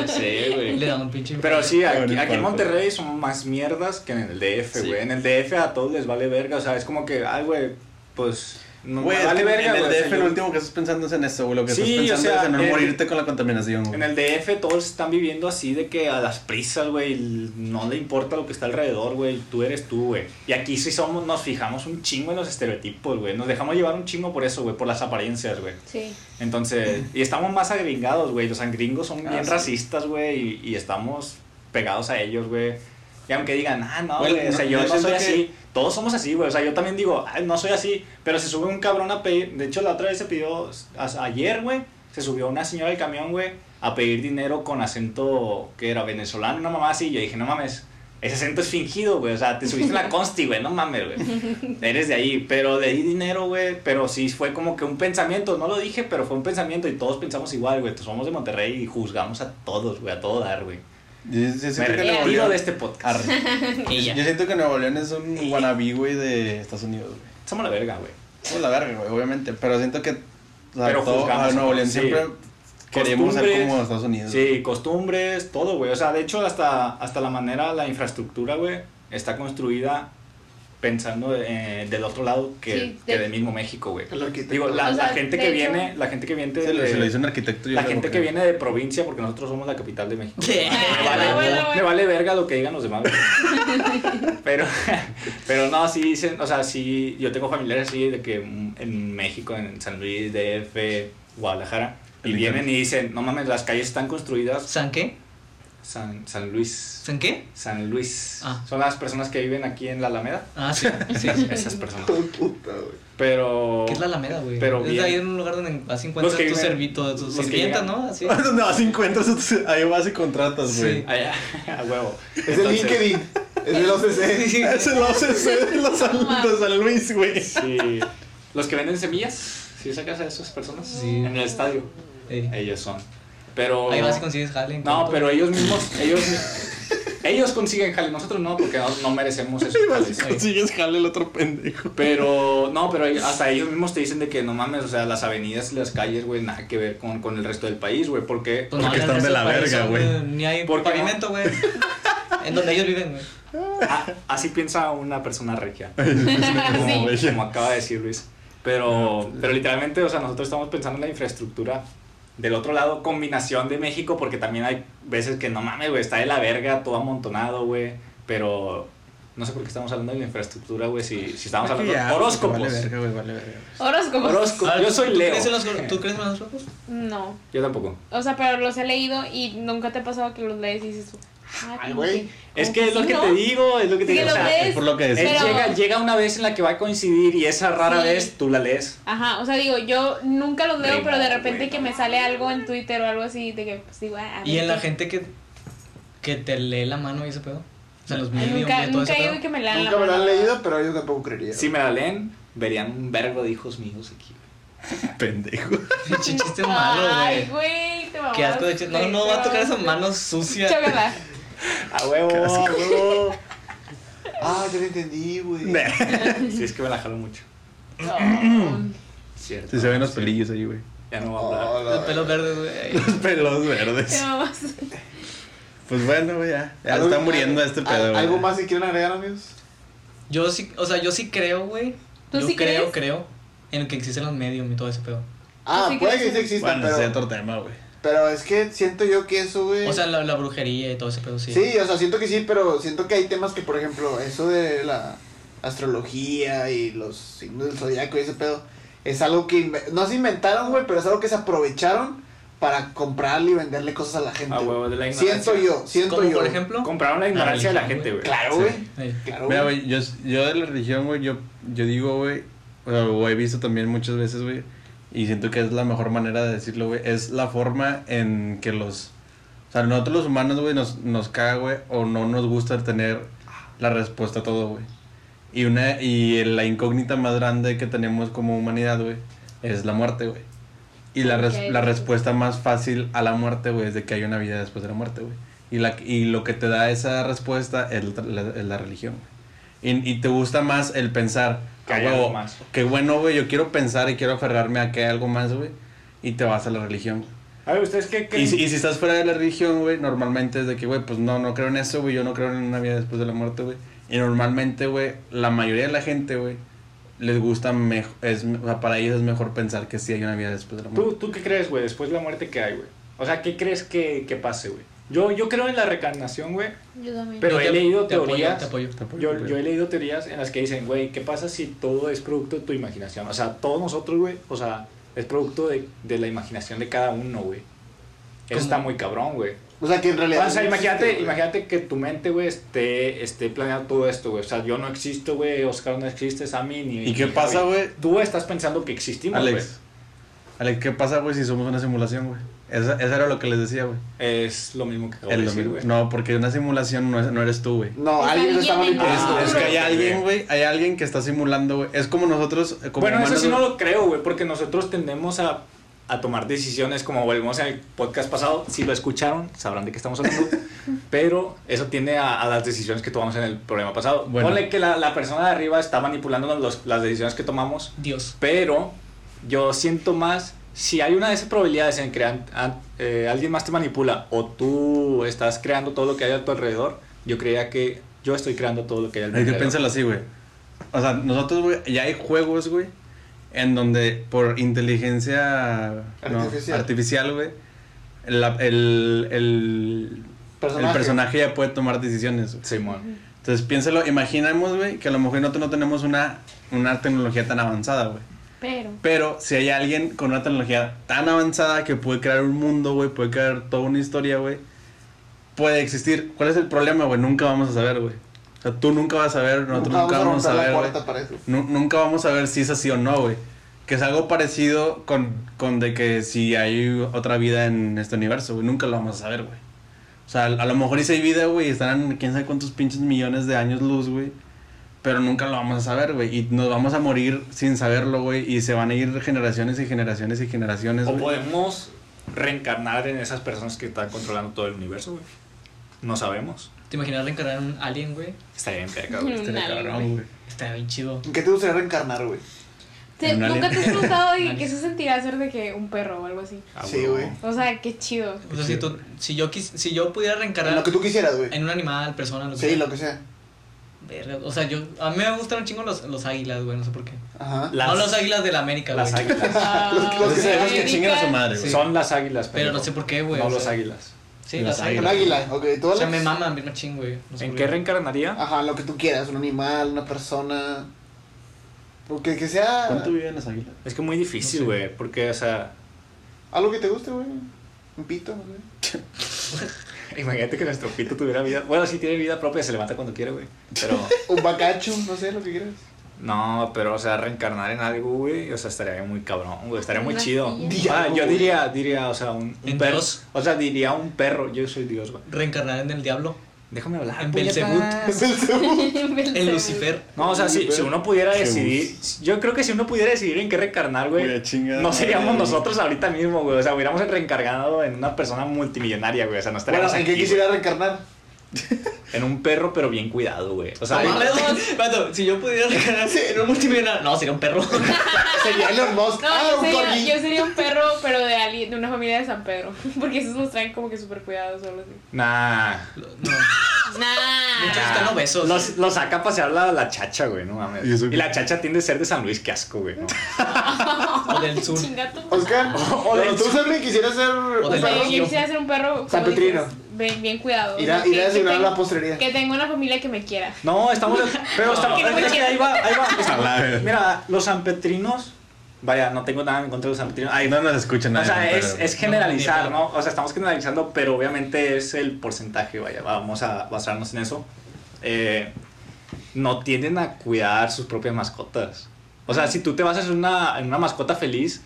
Speaker 1: Sí,
Speaker 2: Le
Speaker 1: güey.
Speaker 2: dan un pinche.
Speaker 1: Pero sí,
Speaker 5: Pero en
Speaker 1: aquí,
Speaker 5: el
Speaker 1: aquí en
Speaker 5: cuarto.
Speaker 1: Monterrey son más mierdas que en el DF,
Speaker 5: Sí.
Speaker 1: güey. En el DF a todos les vale verga, o sea, es como que, ay, güey, pues, no
Speaker 5: Güey,
Speaker 1: me
Speaker 5: es
Speaker 1: vale
Speaker 5: que
Speaker 1: verga,
Speaker 5: en el
Speaker 1: güey, o sea,
Speaker 5: DF lo
Speaker 1: yo-
Speaker 5: último que estás pensando es en eso, güey. Lo que
Speaker 1: Sí, o
Speaker 5: estás pensando
Speaker 1: sea,
Speaker 5: es en no
Speaker 1: en-
Speaker 5: morirte con la contaminación, güey.
Speaker 1: En el DF todos están viviendo así de que a las prisas, güey, l- no le importa lo que está alrededor, güey, tú eres tú, güey. Y aquí sí somos, nos fijamos un chingo en los estereotipos, güey, nos dejamos llevar un chingo por eso, güey, por las apariencias, güey.
Speaker 4: Sí.
Speaker 1: Entonces, y estamos más agringados, güey, los angringos son
Speaker 5: Ah,
Speaker 1: bien
Speaker 5: sí.
Speaker 1: racistas, güey, y, y estamos pegados a ellos, güey. Y aunque digan, ah, no,
Speaker 5: Güey,
Speaker 1: güey, o sea,
Speaker 5: no-
Speaker 1: yo
Speaker 5: yo
Speaker 1: no soy
Speaker 5: siento que-
Speaker 1: así, todos somos así, güey, o sea, yo también digo, "Ay, no soy así, pero se sube un cabrón a pedir, de hecho la otra vez se pidió, a- ayer, güey, se subió una señora del camión, güey, a pedir dinero con acento que era venezolano, una mamá así, y yo dije, no mames, ese acento es fingido, güey, o sea, te subiste en la consti, güey, no mames, güey, eres de ahí, pero le di dinero, güey, pero sí fue como que un pensamiento, no lo dije, pero fue un pensamiento y todos pensamos igual, güey, somos de Monterrey y juzgamos a todos, güey, a todo dar, güey.
Speaker 5: Yo, yo siento
Speaker 1: Me
Speaker 5: que Nuevo
Speaker 1: retiro
Speaker 5: León-
Speaker 1: de este podcast.
Speaker 5: Arre.
Speaker 2: Ella.
Speaker 5: Yo siento que Nuevo León es un wannabe, güey, de Estados Unidos, güey.
Speaker 1: Somos la verga, güey.
Speaker 5: Somos la verga, güey, obviamente. Pero siento que o sea,
Speaker 1: Pero
Speaker 5: todo-
Speaker 1: juzgamos,
Speaker 5: a Nuevo León
Speaker 1: sí.
Speaker 5: siempre queremos ser
Speaker 1: Costumbres.
Speaker 5: como Estados Unidos.
Speaker 1: Sí, costumbres, todo, güey. O sea, de hecho, hasta, hasta la manera, la infraestructura, güey, está construida pensando eh, del otro lado que,
Speaker 4: Sí,
Speaker 1: que
Speaker 4: de-
Speaker 1: del mismo México, güey.
Speaker 3: El arquitecto.
Speaker 1: Digo, la,
Speaker 4: O sea,
Speaker 1: la gente
Speaker 4: de
Speaker 1: que
Speaker 4: hecho-
Speaker 1: viene, la gente que viene
Speaker 5: Se lo,
Speaker 1: de-
Speaker 5: se lo hizo un arquitecto. yo
Speaker 1: la
Speaker 5: creo
Speaker 1: gente que
Speaker 5: creo.
Speaker 1: viene de provincia, porque nosotros somos la capital de México.
Speaker 2: ¿Qué?
Speaker 1: Me
Speaker 4: Ah, bueno,
Speaker 1: vale,
Speaker 4: bueno.
Speaker 1: me vale verga lo que digan los demás. güey. Pero, pero no, sí dicen, o sea, sí, yo tengo familiares así de que en México, en San Luis, DF, Guadalajara, y
Speaker 5: El
Speaker 1: vienen
Speaker 5: internet.
Speaker 1: y dicen, no mames, las calles están construidas
Speaker 2: ¿San qué?
Speaker 1: San, San Luis.
Speaker 2: ¿San qué?
Speaker 1: San Luis.
Speaker 2: Ah.
Speaker 1: Son las personas que viven aquí en la Alameda.
Speaker 2: Ah, sí. sí.
Speaker 1: Esas, esas personas.
Speaker 3: Oh, puta, güey.
Speaker 1: Pero...
Speaker 2: ¿Qué es la Alameda, güey?
Speaker 1: Pero
Speaker 2: es
Speaker 1: bien.
Speaker 2: ahí en un lugar donde vas y
Speaker 1: Los
Speaker 2: encuentras
Speaker 1: que
Speaker 2: tus
Speaker 1: viven-
Speaker 2: servitos, tus
Speaker 1: los que
Speaker 2: sirvientas,
Speaker 1: llegan.
Speaker 2: ¿no? Así.
Speaker 5: Donde vas y encuentras, entonces, ahí vas y contratas, güey.
Speaker 2: Sí.
Speaker 1: Allá, a huevo.
Speaker 3: Es el
Speaker 1: Entonces-
Speaker 3: LinkedIn. Es el
Speaker 2: Sí,
Speaker 3: OCC.
Speaker 2: sí.
Speaker 5: Es el OCC de los San, de San Luis, güey.
Speaker 1: Sí. Los que venden semillas, si sacas a esas personas
Speaker 2: Sí.
Speaker 1: en el estadio,
Speaker 2: Ey.
Speaker 1: ellos son. Pero
Speaker 2: Ahí vas y consigues jale.
Speaker 1: No,
Speaker 2: encuentras-
Speaker 1: pero ellos mismos, ellos ellos consiguen jale, nosotros no porque no, no merecemos esos jales.
Speaker 5: Consigues jale el otro pendejo.
Speaker 1: Pero no, pero hasta ellos mismos te dicen de que no mames, o sea, las avenidas y las calles, güey, nada que ver con, con el resto del país, güey, porque
Speaker 2: Pues
Speaker 5: Porque
Speaker 2: no,
Speaker 5: están de la
Speaker 2: para
Speaker 5: verga,
Speaker 2: eso,
Speaker 5: güey.
Speaker 2: Ni hay
Speaker 1: ¿Por qué
Speaker 2: pavimento, güey. en donde ellos viven, güey.
Speaker 1: a- Ah, así piensa una persona regia. como,
Speaker 5: Como, güey.
Speaker 1: como acaba de decir Luis. Pero,
Speaker 5: Ah,
Speaker 1: pero literalmente, o sea, nosotros estamos pensando en la infraestructura del otro lado, combinación de México, porque también hay veces que no mames, güey, está de la verga, todo amontonado, güey. Pero no sé por qué estamos hablando de la infraestructura, güey, si, si estamos hablando de
Speaker 5: Ya,
Speaker 1: horóscopos.
Speaker 5: Vale verga, güey, vale verga.
Speaker 4: Horóscopos.
Speaker 1: Horóscopos.
Speaker 2: Ah,
Speaker 1: Yo
Speaker 2: ¿tú-
Speaker 1: soy
Speaker 2: ¿tú
Speaker 1: Leo. Eh,
Speaker 2: crees en los- ¿Tú crees en los horóscopos?
Speaker 4: No.
Speaker 1: Yo tampoco.
Speaker 4: O sea, pero los he leído y nunca te ha pasado que los lees y dices tú. ah,
Speaker 3: Ay,
Speaker 4: como
Speaker 3: güey.
Speaker 1: Es que es lo
Speaker 4: sí,
Speaker 1: que
Speaker 4: ¿no?
Speaker 1: te digo, es lo que te
Speaker 4: Sí,
Speaker 1: digo.
Speaker 4: lo
Speaker 1: o sea,
Speaker 4: ves,
Speaker 5: es por lo que
Speaker 1: él
Speaker 5: decía.
Speaker 4: pero-
Speaker 1: llega, llega una vez en la que va a coincidir y esa rara
Speaker 4: Sí.
Speaker 1: vez tú la lees.
Speaker 4: Ajá, o sea, digo, yo nunca los leo,
Speaker 1: Primo,
Speaker 4: pero de repente
Speaker 1: güey,
Speaker 4: que
Speaker 1: no
Speaker 4: me sale algo en Twitter o algo así, de que pues digo, ah, a
Speaker 2: Y
Speaker 4: ver
Speaker 2: en la
Speaker 4: qué.
Speaker 2: gente que, que te lee la mano y ese pedo. O sea, los
Speaker 4: Ay,
Speaker 2: medios
Speaker 4: Nunca,
Speaker 2: y todo
Speaker 4: nunca
Speaker 2: ese
Speaker 4: he ido
Speaker 2: pedo.
Speaker 4: que me lean la
Speaker 3: Nunca me lo han
Speaker 4: mano.
Speaker 3: leído, pero yo tampoco creería.
Speaker 1: Si me la leen, verían un vergo de hijos míos aquí.
Speaker 5: Pendejo.
Speaker 2: Pinche chiste malo,
Speaker 4: Ay,
Speaker 2: güey.
Speaker 4: güey, te mamaste.
Speaker 2: Qué asco de chiste. No, no va a tocar esas manos
Speaker 4: Mucha
Speaker 2: sucias.
Speaker 4: verdad.
Speaker 1: A huevo, a huevo.
Speaker 3: Ah, ya lo entendí, güey.
Speaker 1: Si es que me la jalo mucho.
Speaker 4: No.
Speaker 1: Cierto.
Speaker 5: Sí, se ven los pelillos ahí, güey.
Speaker 1: Ya no voy a hablar.
Speaker 3: Oh, la
Speaker 2: Los pelos
Speaker 3: verga.
Speaker 2: verdes, güey.
Speaker 5: Los pelos
Speaker 4: Te
Speaker 5: verdes.
Speaker 4: mamaste.
Speaker 5: Pues bueno, güey, ya. Ya
Speaker 3: ¿Algo-
Speaker 5: está muriendo este
Speaker 3: al-
Speaker 5: pedo, güey.
Speaker 3: ¿Algo más que quieran agregar, amigos?
Speaker 2: Yo sí, o sea, yo sí creo, güey.
Speaker 4: ¿Tú
Speaker 2: yo
Speaker 4: sí
Speaker 2: creo,
Speaker 4: crees?
Speaker 2: creo en que existen los medios y todo ese pedo.
Speaker 3: Ah,
Speaker 4: sí
Speaker 3: puede
Speaker 4: crees
Speaker 3: que sí
Speaker 4: en-
Speaker 3: existan,
Speaker 5: Bueno, ese es
Speaker 3: pero,
Speaker 5: otro tema, güey.
Speaker 3: pero es que siento yo que eso, güey.
Speaker 2: O sea, la, la brujería y todo ese pedo, sí.
Speaker 3: Sí, o sea, siento que sí, pero siento que hay temas que, por ejemplo, eso de la astrología y los signos del zodiaco y ese pedo, es algo que inve- no se inventaron, güey, pero es algo que se aprovecharon para comprarle y venderle cosas a la gente.
Speaker 1: A Ah, huevo
Speaker 3: güey.
Speaker 1: de la ignorancia.
Speaker 3: siento yo, siento
Speaker 2: Como
Speaker 3: yo.
Speaker 2: por ejemplo.
Speaker 1: Compraron la ignorancia de la gente, güey.
Speaker 3: Claro,
Speaker 5: Ah, Sí.
Speaker 3: güey.
Speaker 2: Ey.
Speaker 3: Claro,
Speaker 5: Mira,
Speaker 3: güey.
Speaker 5: güey, yo, yo de la religión, güey, yo, yo digo, güey, o, sea, o he visto también muchas veces, güey, y siento que es la mejor manera de decirlo, güey, es la forma en que los, o sea, nosotros los humanos, güey, nos, nos caga, güey, o no nos gusta tener la respuesta a todo, güey. Y, una, y la incógnita más grande que tenemos como humanidad, güey, es la muerte, güey. Y la, res-
Speaker 4: Ok.
Speaker 5: la respuesta más fácil a la muerte, güey, es de que hay una vida después de la muerte, güey. Y, la, y lo que te da esa respuesta es la, la- es la religión, güey. Y, y te gusta más el pensar.
Speaker 1: Que
Speaker 5: "Ah,
Speaker 1: hay
Speaker 5: huevo,
Speaker 1: algo más".
Speaker 5: Qué bueno, güey, yo quiero pensar y quiero aferrarme a que hay algo más, güey. Y te vas a la religión.
Speaker 1: A ver, ¿ustedes qué creen?
Speaker 5: Y si, y si estás fuera de la religión, güey, normalmente es de que, güey, pues no, no creo en eso, güey, yo no creo en una vida después de la muerte, güey. Y normalmente, güey, la mayoría de la gente, güey, les gusta mejor, es, o sea, para ellos es mejor pensar que sí hay una vida después de la muerte.
Speaker 1: ¿Tú, ¿Tú qué crees, güey? Después de la muerte, ¿qué hay, güey? O sea, ¿qué crees que, que pase, güey? Yo, yo creo en la reencarnación, güey.
Speaker 4: Yo también.
Speaker 1: Pero
Speaker 2: Yo
Speaker 1: he leído
Speaker 2: te apoyo,
Speaker 1: teorías.
Speaker 2: te apoyo.
Speaker 5: Te apoyo,
Speaker 1: Yo,
Speaker 5: güey.
Speaker 1: yo he leído teorías en las que dicen, güey, ¿qué pasa si todo es producto de tu imaginación? O sea, todos nosotros, güey, o sea, es producto de, de la imaginación de cada uno, güey. Eso
Speaker 2: ¿Cómo?
Speaker 1: está muy cabrón, güey.
Speaker 3: O sea, que en realidad.
Speaker 1: O sea,
Speaker 3: no
Speaker 1: imagínate,
Speaker 3: existe, güey.
Speaker 1: imagínate que tu mente, güey, esté, esté planeando todo esto, güey. O sea, yo no existo, güey, Oscar no existe, Sammy ni...
Speaker 5: ¿Y qué
Speaker 1: ni
Speaker 5: pasa,
Speaker 1: Javi.
Speaker 5: güey?
Speaker 1: Tú estás pensando que existimos, güey.
Speaker 5: Alex, Alex, ¿qué pasa, güey, si somos una simulación, güey? Esa, esa era lo que les decía, güey.
Speaker 1: Es lo mismo que acabo
Speaker 5: El
Speaker 1: de decir,
Speaker 5: domingo.
Speaker 1: güey.
Speaker 5: No, porque una simulación no, es- no eres tú, güey.
Speaker 3: No,
Speaker 4: Está
Speaker 3: alguien lo está
Speaker 4: bien,
Speaker 3: manipulando.
Speaker 1: Ah,
Speaker 5: es, es que hay
Speaker 1: güey.
Speaker 5: alguien, güey, hay alguien que está simulando, güey. Es como nosotros, eh, como
Speaker 1: bueno, eso
Speaker 5: humanos,
Speaker 1: sí no
Speaker 5: güey.
Speaker 1: lo creo, güey, porque nosotros tendemos a, a tomar decisiones como volvemos al podcast pasado. Si lo escucharon, sabrán de qué estamos hablando. pero eso tiende a, a las decisiones que tomamos en el problema pasado.
Speaker 5: Bueno.
Speaker 1: Ponle que la, la persona de arriba está manipulando los- las decisiones que tomamos,
Speaker 2: Dios.
Speaker 1: pero yo siento más. Si hay una de esas probabilidades en que an- an- eh, alguien más te manipula o tú estás creando todo lo que hay a tu alrededor, yo creía que yo estoy creando todo lo que hay a mi
Speaker 5: Hay que
Speaker 1: alrededor.
Speaker 5: pensarlo así, güey. O sea, nosotros, güey, ya hay juegos, güey, en donde por inteligencia no,
Speaker 3: Artificial.
Speaker 5: artificial, güey, la- el, el, el personaje ya puede tomar decisiones. güey.
Speaker 1: Simón.
Speaker 5: Entonces, piénsalo, imaginemos, güey, que a lo mejor nosotros no tenemos una, una tecnología tan avanzada, güey.
Speaker 4: Pero.
Speaker 5: Pero si hay alguien con una tecnología tan avanzada que puede crear un mundo, güey, puede crear toda una historia, güey, puede existir. ¿Cuál es el problema, güey? Nunca vamos a saber, güey. O sea, tú nunca vas a saber, nosotros nunca, vamos a,
Speaker 3: romper
Speaker 5: ver.
Speaker 3: la
Speaker 5: güey.
Speaker 3: puerta para eso.
Speaker 5: Nu- nunca vamos a ver si es así o no, güey. Que es algo parecido con, con de que si hay otra vida en este universo, güey. Nunca lo vamos a saber, güey. O sea, a lo mejor hice vida, güey, y estarán quién sabe cuántos pinches millones de años luz, güey. Pero nunca lo vamos a saber, güey. Y nos vamos a morir sin saberlo, güey. Y se van a ir generaciones y generaciones y generaciones,
Speaker 1: O
Speaker 5: güey.
Speaker 1: podemos reencarnar en esas personas que están controlando todo el universo, güey. No sabemos.
Speaker 2: ¿Te imaginas reencarnar en un alien, güey?
Speaker 1: Está bien, verga, güey.
Speaker 5: Estaría
Speaker 4: Dale,
Speaker 5: cabrón, güey.
Speaker 2: Está bien chido.
Speaker 3: ¿En qué te gustaría reencarnar, güey?
Speaker 4: ¿Te-
Speaker 5: Un alien.
Speaker 4: ¿Nunca te has preguntado de
Speaker 2: Alien.
Speaker 4: qué se sentirá ser de que un perro o algo así?
Speaker 1: Ah,
Speaker 3: Sí, güey.
Speaker 4: O sea, qué chido.
Speaker 2: O sea, si, tú- si, yo, quis- si yo pudiera
Speaker 3: En
Speaker 2: reencarnar
Speaker 3: lo que tú quisieras, güey.
Speaker 2: en un animal, persona, lo que
Speaker 3: Sí,
Speaker 2: sea.
Speaker 3: lo que sea.
Speaker 2: Verga, O sea, yo, a mí me gustan un chingo los, los águilas, güey, no sé por qué.
Speaker 3: Ajá.
Speaker 1: Las,
Speaker 2: no los águilas de la América,
Speaker 1: las
Speaker 2: güey.
Speaker 1: águilas.
Speaker 4: Ah,
Speaker 3: los
Speaker 5: Entonces, Pues sabemos que
Speaker 4: América.
Speaker 5: chinguen a su madre, güey.
Speaker 2: Sí.
Speaker 1: Son las águilas,
Speaker 2: Pero no
Speaker 1: pendejo.
Speaker 2: sé por qué, güey.
Speaker 1: No
Speaker 2: o
Speaker 1: los
Speaker 2: sea,
Speaker 1: águilas.
Speaker 2: Sí,
Speaker 5: Las
Speaker 2: las
Speaker 5: águilas.
Speaker 3: Un
Speaker 2: águilas.
Speaker 3: águila, ok. ¿Tú,
Speaker 2: O sea,
Speaker 3: Alex?
Speaker 2: me maman, bien machín, güey. no sé
Speaker 1: ¿En
Speaker 2: por
Speaker 1: qué reencarnaría?
Speaker 3: Ajá, lo que tú quieras, un animal, una persona. Porque que sea
Speaker 5: ¿Cuánto viven las águilas?
Speaker 1: Es que muy difícil,
Speaker 2: No sé.
Speaker 1: güey. Porque, o sea,
Speaker 3: algo que te guste, güey. Un pito, no sé.
Speaker 1: imagínate que nuestro pito tuviera vida. Bueno, sí tiene vida propia, se levanta cuando quiere, güey. Pero,
Speaker 3: Un bacacho, no sé, lo que quieras.
Speaker 1: no, pero, o sea, reencarnar en algo, güey. O sea, estaría muy cabrón, güey. Estaría muy
Speaker 4: Una
Speaker 1: chido.
Speaker 4: silla.
Speaker 1: Ah, yo
Speaker 3: Diablo, güey.
Speaker 1: diría, diría, o sea, un, un
Speaker 2: ¿En
Speaker 1: perro.
Speaker 2: Dios?
Speaker 1: O sea, diría un perro. Yo soy Dios, güey.
Speaker 2: Reencarnar en el diablo.
Speaker 1: Déjame hablar.
Speaker 2: En
Speaker 1: puñetas.
Speaker 2: Belzebut.
Speaker 3: Es el segundo.
Speaker 2: En Lucifer.
Speaker 1: No, o sea, si, si uno pudiera
Speaker 5: Qué
Speaker 1: decidir, yo creo que si uno pudiera decidir en qué reencarnar,
Speaker 5: Güey,
Speaker 1: güey,
Speaker 5: chingada
Speaker 1: no
Speaker 5: madre,
Speaker 1: seríamos
Speaker 5: güey.
Speaker 1: nosotros ahorita mismo, güey. O sea, hubiéramos reencargado en una persona multimillonaria, güey. O sea, no estaríamos
Speaker 3: Bueno, ¿en qué
Speaker 1: aquí, güey.
Speaker 3: quisiera reencarnar?
Speaker 1: en un perro, pero bien cuidado, güey. O sea,
Speaker 2: No mames, vato, si yo pudiera reencarnar en un multimillonario. No, sería un perro.
Speaker 3: Sería Elon Musk.
Speaker 4: No,
Speaker 3: ah,
Speaker 4: yo,
Speaker 3: un
Speaker 4: sería,
Speaker 3: corgi.
Speaker 4: yo sería un perro, pero de alguien, de una familia de San Pedro. Porque esos los traen como que súper cuidados o algo así.
Speaker 1: nah.
Speaker 2: No.
Speaker 4: Nah.
Speaker 2: Muchos están obesos.
Speaker 1: Los, los saca a pasear la, la chacha, güey, no mames.
Speaker 5: ¿Y
Speaker 1: ¿Y,
Speaker 5: eso qué?
Speaker 1: la chacha tiende a ser de San Luis, qué asco, güey. ¿no?
Speaker 2: O del sur.
Speaker 4: Chingato.
Speaker 3: Oscar,
Speaker 1: O- o
Speaker 3: pero
Speaker 1: del
Speaker 3: tú
Speaker 1: sur.
Speaker 3: también quisieras ser
Speaker 2: O
Speaker 3: un
Speaker 2: del
Speaker 3: perro.
Speaker 2: sur.
Speaker 4: yo quisiera ser un perro
Speaker 3: San
Speaker 4: como
Speaker 3: Petrino.
Speaker 4: dices, Bien, bien cuidado.
Speaker 3: Irá,
Speaker 4: que-
Speaker 3: irá a
Speaker 4: que
Speaker 3: desayunar a la
Speaker 4: tenga-
Speaker 3: postrería.
Speaker 4: Que tenga una familia que me quiera.
Speaker 1: No, estamos. Pero estamos.
Speaker 4: Porque no
Speaker 1: es que ahí va, ahí va.
Speaker 5: A la verga.
Speaker 1: Mira, los sanpetrinos. Vaya, no tengo nada en contra de los sanpetrinos. Ay,
Speaker 5: No nos escuchan
Speaker 1: O
Speaker 5: nadie,
Speaker 1: sea,
Speaker 5: pero-
Speaker 1: es, es generalizar, ¿no? O sea, estamos generalizando, pero obviamente es el porcentaje, vaya, vamos a basarnos en eso. Eh, no tienden a cuidar sus propias mascotas. O sea, si tú te basas en una, en una mascota feliz,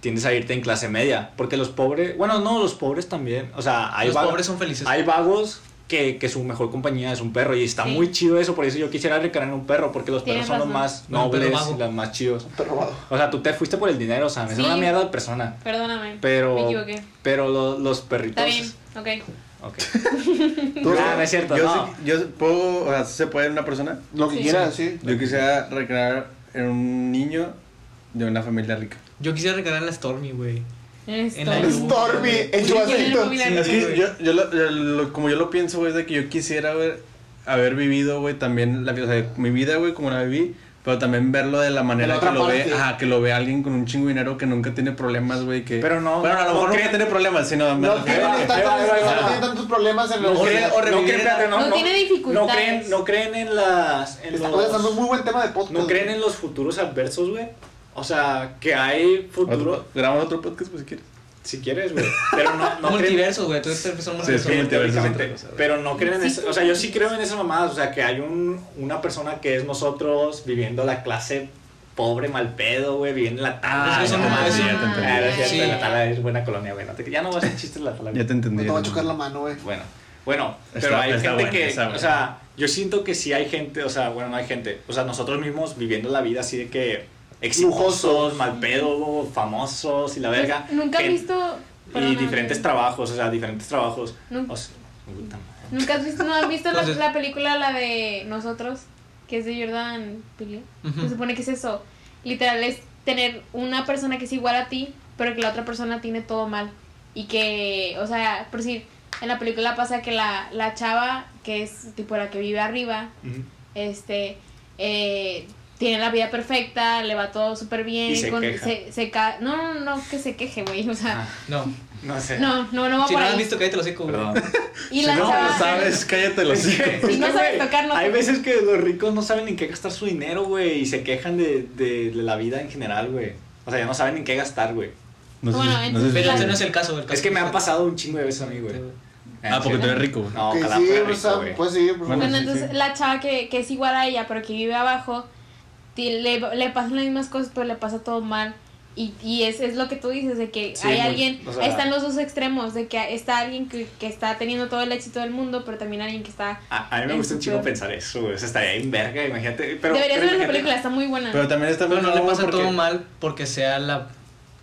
Speaker 1: tiendes a irte en clase media. Porque los pobres, bueno, no, los pobres también. O sea, hay,
Speaker 2: Los
Speaker 1: va-
Speaker 2: pobres son felices.
Speaker 1: hay vagos que, que su mejor compañía es un perro. Y está
Speaker 4: Sí.
Speaker 1: muy chido eso, por eso yo quisiera reencarnar en un perro, porque los
Speaker 4: Tienes
Speaker 1: perros son los
Speaker 4: razón.
Speaker 1: más
Speaker 2: Bueno, pero
Speaker 1: nobles
Speaker 2: vago.
Speaker 1: y los más chidos.
Speaker 3: Perro vago.
Speaker 1: O sea, tú te fuiste por el dinero, o sea, es
Speaker 4: Sí.
Speaker 1: una mierda de persona.
Speaker 4: Perdóname.
Speaker 1: Pero,
Speaker 4: Me equivoqué.
Speaker 1: pero lo- los perritos.
Speaker 4: Está bien, ok.
Speaker 1: Ok.
Speaker 3: Tú-
Speaker 1: Ah, no es cierto,
Speaker 5: yo,
Speaker 1: no.
Speaker 5: sí- yo puedo, o sea, se puede una persona.
Speaker 3: Lo que
Speaker 4: Sí.
Speaker 3: quieras, sí.
Speaker 5: Yo quisiera recrear en un niño de una familia rica.
Speaker 2: Yo quisiera regalar la Stormy, güey.
Speaker 4: Eres
Speaker 2: En la
Speaker 4: Stormy.
Speaker 2: lluvia,
Speaker 3: Stormy,
Speaker 2: güey.
Speaker 3: en
Speaker 4: Sí,
Speaker 3: su
Speaker 4: yo le
Speaker 3: vasito.
Speaker 4: moví la
Speaker 5: Es
Speaker 4: nariz.
Speaker 5: que yo, yo lo- yo lo- como yo lo pienso, güey, es de que yo quisiera haber, haber vivido, güey, también la vida, o sea, mi vida, güey, como la viví, pero también verlo de la manera
Speaker 3: otra
Speaker 5: que lo ve,
Speaker 3: parte.
Speaker 5: ajá, que lo ve alguien con un chingo de dinero que nunca tiene problemas, güey, que...
Speaker 1: Pero no-
Speaker 5: Bueno, a lo
Speaker 1: no
Speaker 5: mejor
Speaker 1: creo-
Speaker 5: nunca tiene problemas, sino... me
Speaker 3: No tiene
Speaker 5: refiero-
Speaker 1: ahí va, ahí va, ahí va, ahí va.
Speaker 3: tantos problemas en los...
Speaker 5: O re- o
Speaker 1: no, creen,
Speaker 5: revivir la-
Speaker 1: espérate, no,
Speaker 4: No tiene dificultades.
Speaker 1: No creen, no creen en las. En
Speaker 3: Estamos
Speaker 1: los-
Speaker 3: dando un muy buen tema de podcast.
Speaker 1: no creen
Speaker 3: güey.
Speaker 1: en los futuros adversos, güey. O sea, que hay futuro.
Speaker 5: Otro- grabamos otro podcast, pues, si quieres.
Speaker 1: Si quieres, güey. Pero no, no creen.
Speaker 2: multiversos, güey. Tú eres persona
Speaker 5: Sí, es que
Speaker 2: multiverso.
Speaker 5: multiverso es otra
Speaker 1: teóricamente,
Speaker 5: cosa, güey.
Speaker 1: Pero no creen en
Speaker 4: Sí,
Speaker 1: eso. O sea, yo sí creo en esas mamadas. O sea, que hay un, una persona que es nosotros viviendo la clase pobre, mal pedo, güey. Viviendo en la tala.
Speaker 2: Ah,
Speaker 1: no
Speaker 2: ya,
Speaker 1: mames.
Speaker 2: ya te
Speaker 4: entendí.
Speaker 1: Ah, no es cierto,
Speaker 2: Sí.
Speaker 1: la tala es buena colonia, güey. No te- ya no vas a hacer chistes de la tala.
Speaker 5: Ya te entendí.
Speaker 3: No te
Speaker 5: ya
Speaker 3: va a
Speaker 5: te
Speaker 3: chocar la
Speaker 5: entendí.
Speaker 3: mano, güey.
Speaker 1: Bueno, bueno,
Speaker 5: Está-
Speaker 1: pero hay
Speaker 5: está
Speaker 1: gente
Speaker 5: buena,
Speaker 1: que,
Speaker 5: está
Speaker 1: o
Speaker 5: buena.
Speaker 1: sea, yo siento que sí hay gente, o sea, bueno, no hay gente, o sea, nosotros mismos viviendo la vida así de que exitosos,
Speaker 3: Lujosos.
Speaker 1: mal pedo, famosos y la verga.
Speaker 4: Pues, Nunca has
Speaker 1: gen-
Speaker 4: visto.
Speaker 1: Y
Speaker 4: perdóname.
Speaker 1: diferentes trabajos, o sea, diferentes trabajos.
Speaker 4: Nun-
Speaker 1: O sea, puta madre.
Speaker 4: Nunca has visto, no has visto la,
Speaker 2: Entonces-
Speaker 4: la película, la de Nosotros, que es de Jordan Peele.
Speaker 2: Ujú.
Speaker 4: Se supone que es eso. Literal, es tener una persona que es igual a ti, pero que la otra persona tiene todo mal. Y que, o sea, por decir, en la película pasa que la, la chava, que es tipo la que vive arriba,
Speaker 1: Ujú.
Speaker 4: este eh, tiene la vida perfecta, le va todo súper bien.
Speaker 1: Y se queja.
Speaker 4: se- se ca- no, no, no, que se queje, güey. O sea,
Speaker 1: Ah,
Speaker 2: No.
Speaker 1: no sé.
Speaker 4: no, no, no va
Speaker 2: Si no
Speaker 4: por
Speaker 2: lo has
Speaker 4: ahí.
Speaker 2: visto, cállate los hocico, güey.
Speaker 1: Perdón.
Speaker 4: Y la
Speaker 5: No,
Speaker 4: chava-
Speaker 5: lo sabes, cállate los
Speaker 1: Es que-
Speaker 4: Si no sabes tocar, no
Speaker 1: Hay
Speaker 4: sabes.
Speaker 1: veces que los ricos no saben en qué gastar su dinero, güey, y se quejan de, de, de la vida en general, güey. O sea, ya no saben en qué gastar, güey.
Speaker 5: No sé,
Speaker 4: Bueno,
Speaker 5: si- no sé si-
Speaker 2: Pero
Speaker 4: entonces-
Speaker 2: ese no es el caso. El caso
Speaker 1: Es que me han
Speaker 2: es-
Speaker 1: pasado un chingo de veces a mí, güey.
Speaker 5: Ah, porque tú eres rico, güey.
Speaker 1: No,
Speaker 3: Ok,
Speaker 1: ojalá
Speaker 3: sí,
Speaker 1: fuera
Speaker 3: o
Speaker 1: rico,
Speaker 3: sea, pues,
Speaker 1: güey.
Speaker 3: puedes seguir, por favor.
Speaker 5: Bueno,
Speaker 4: Bueno,
Speaker 5: sí,
Speaker 4: entonces
Speaker 5: sí.
Speaker 4: la chava que, que es igual a ella, pero que vive abajo, ti- le, le pasan las mismas cosas, pero le pasa todo mal. Y, y es, es lo que tú dices, de que
Speaker 1: Sí,
Speaker 4: hay
Speaker 1: muy-
Speaker 4: alguien,
Speaker 1: o sea-
Speaker 4: ahí están los dos extremos, de que está alguien que, que está teniendo todo el éxito del mundo, pero también alguien que está...
Speaker 1: A, a mí me
Speaker 4: En
Speaker 1: gusta un
Speaker 4: su
Speaker 1: chico
Speaker 4: peor.
Speaker 1: pensar eso, güey. O sea, estaría en verga, imagínate. Pero, pero
Speaker 4: Deberías ver la
Speaker 1: imagínate-
Speaker 4: película, está muy buena.
Speaker 5: Pero también está
Speaker 2: Pero no le
Speaker 5: mamón
Speaker 2: pasa
Speaker 5: porque-
Speaker 2: todo mal porque sea la,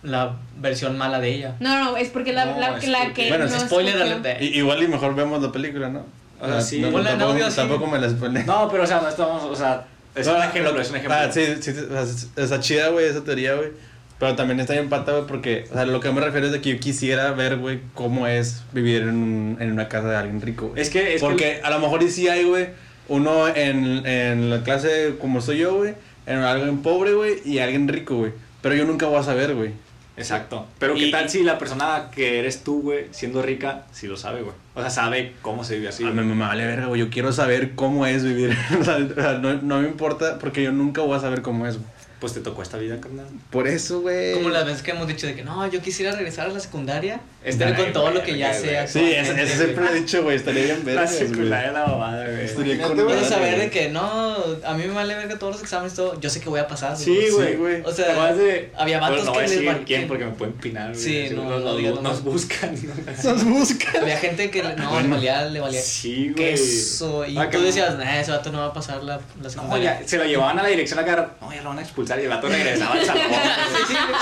Speaker 2: la versión mala de ella.
Speaker 4: No, no, es porque la,
Speaker 1: No,
Speaker 4: la,
Speaker 1: es
Speaker 4: la
Speaker 1: porque-
Speaker 4: que...
Speaker 5: Bueno, eh.
Speaker 4: no
Speaker 2: Spoiler
Speaker 4: escogió.
Speaker 2: alert.
Speaker 5: I- igual y mejor vemos la película, ¿no?
Speaker 1: O sea, sí.
Speaker 5: No,
Speaker 1: Ponla
Speaker 2: en
Speaker 5: tampoco,
Speaker 2: audio, sí.
Speaker 5: tampoco me la spoilé.
Speaker 1: No, pero o sea, no estamos, o sea, es
Speaker 5: No,
Speaker 1: un
Speaker 5: no,
Speaker 1: ejemplo,
Speaker 5: no.
Speaker 1: es un ejemplo.
Speaker 5: Ah, sí, sí, o sea, es- está chida, güey, esa teoría, güey. Pero también está bien pata, güey, porque, o sea, lo que me refiero es de que yo quisiera ver, güey, cómo es vivir en, un- en una casa de alguien rico, güey.
Speaker 1: Es que, es
Speaker 5: porque a lo mejor y sí hay, güey, uno en, en la clase como soy yo, güey, en alguien pobre, güey, y alguien rico, güey. Pero yo nunca voy a saber, güey.
Speaker 1: que- exacto. Pero qué
Speaker 5: Y-
Speaker 1: tal si la persona que eres tú, güey, siendo rica, sí lo sabe, güey. O sea, sabe cómo se vive así.
Speaker 5: A mí
Speaker 1: güey.
Speaker 5: me vale verga, güey. Yo quiero saber cómo es vivir. O sea, no, no me importa porque yo nunca voy a saber cómo es, güey.
Speaker 1: Pues te tocó esta vida, carnal.
Speaker 5: Por eso, güey.
Speaker 2: Como las veces que hemos dicho de que no, yo quisiera regresar a la secundaria.
Speaker 1: Estar
Speaker 2: Estar
Speaker 1: ahí,
Speaker 2: con todo
Speaker 1: güey,
Speaker 2: lo que ya
Speaker 1: güey,
Speaker 2: sea.
Speaker 1: güey.
Speaker 5: Sí, eso, eso siempre lo he dicho, güey. Estaría bien verga.
Speaker 1: La circular de la mamada, güey.
Speaker 5: Estaría con
Speaker 3: Imagínate, güey,
Speaker 2: Puedes
Speaker 5: madre,
Speaker 2: saber de
Speaker 5: güey.
Speaker 2: que no, a mí me vale verga todos los exámenes, todo. Yo sé que voy a pasar.
Speaker 1: Sí,
Speaker 5: Sí,
Speaker 1: güey.
Speaker 5: güey.
Speaker 2: O sea,
Speaker 1: Además de-
Speaker 2: había vatos
Speaker 1: Bueno, no voy
Speaker 2: que
Speaker 1: a
Speaker 2: les
Speaker 1: decir
Speaker 2: marqué.
Speaker 1: quién porque me pueden pinar, güey.
Speaker 2: Sí, no,
Speaker 1: nos,
Speaker 2: no digas
Speaker 1: nos
Speaker 2: nomás.
Speaker 1: buscan.
Speaker 5: Nos buscan.
Speaker 2: Había gente que le- no, le valía, le valía
Speaker 1: Sí, güey.
Speaker 2: queso. Y
Speaker 1: Ah,
Speaker 2: tú
Speaker 1: que-
Speaker 2: decías, nah, ese vato no va a pasar la, la
Speaker 1: No,
Speaker 2: secundaria.
Speaker 1: ya, se lo llevaban a la dirección acá, No, ya lo van a expulsar y el vato regresaba al salón. güey.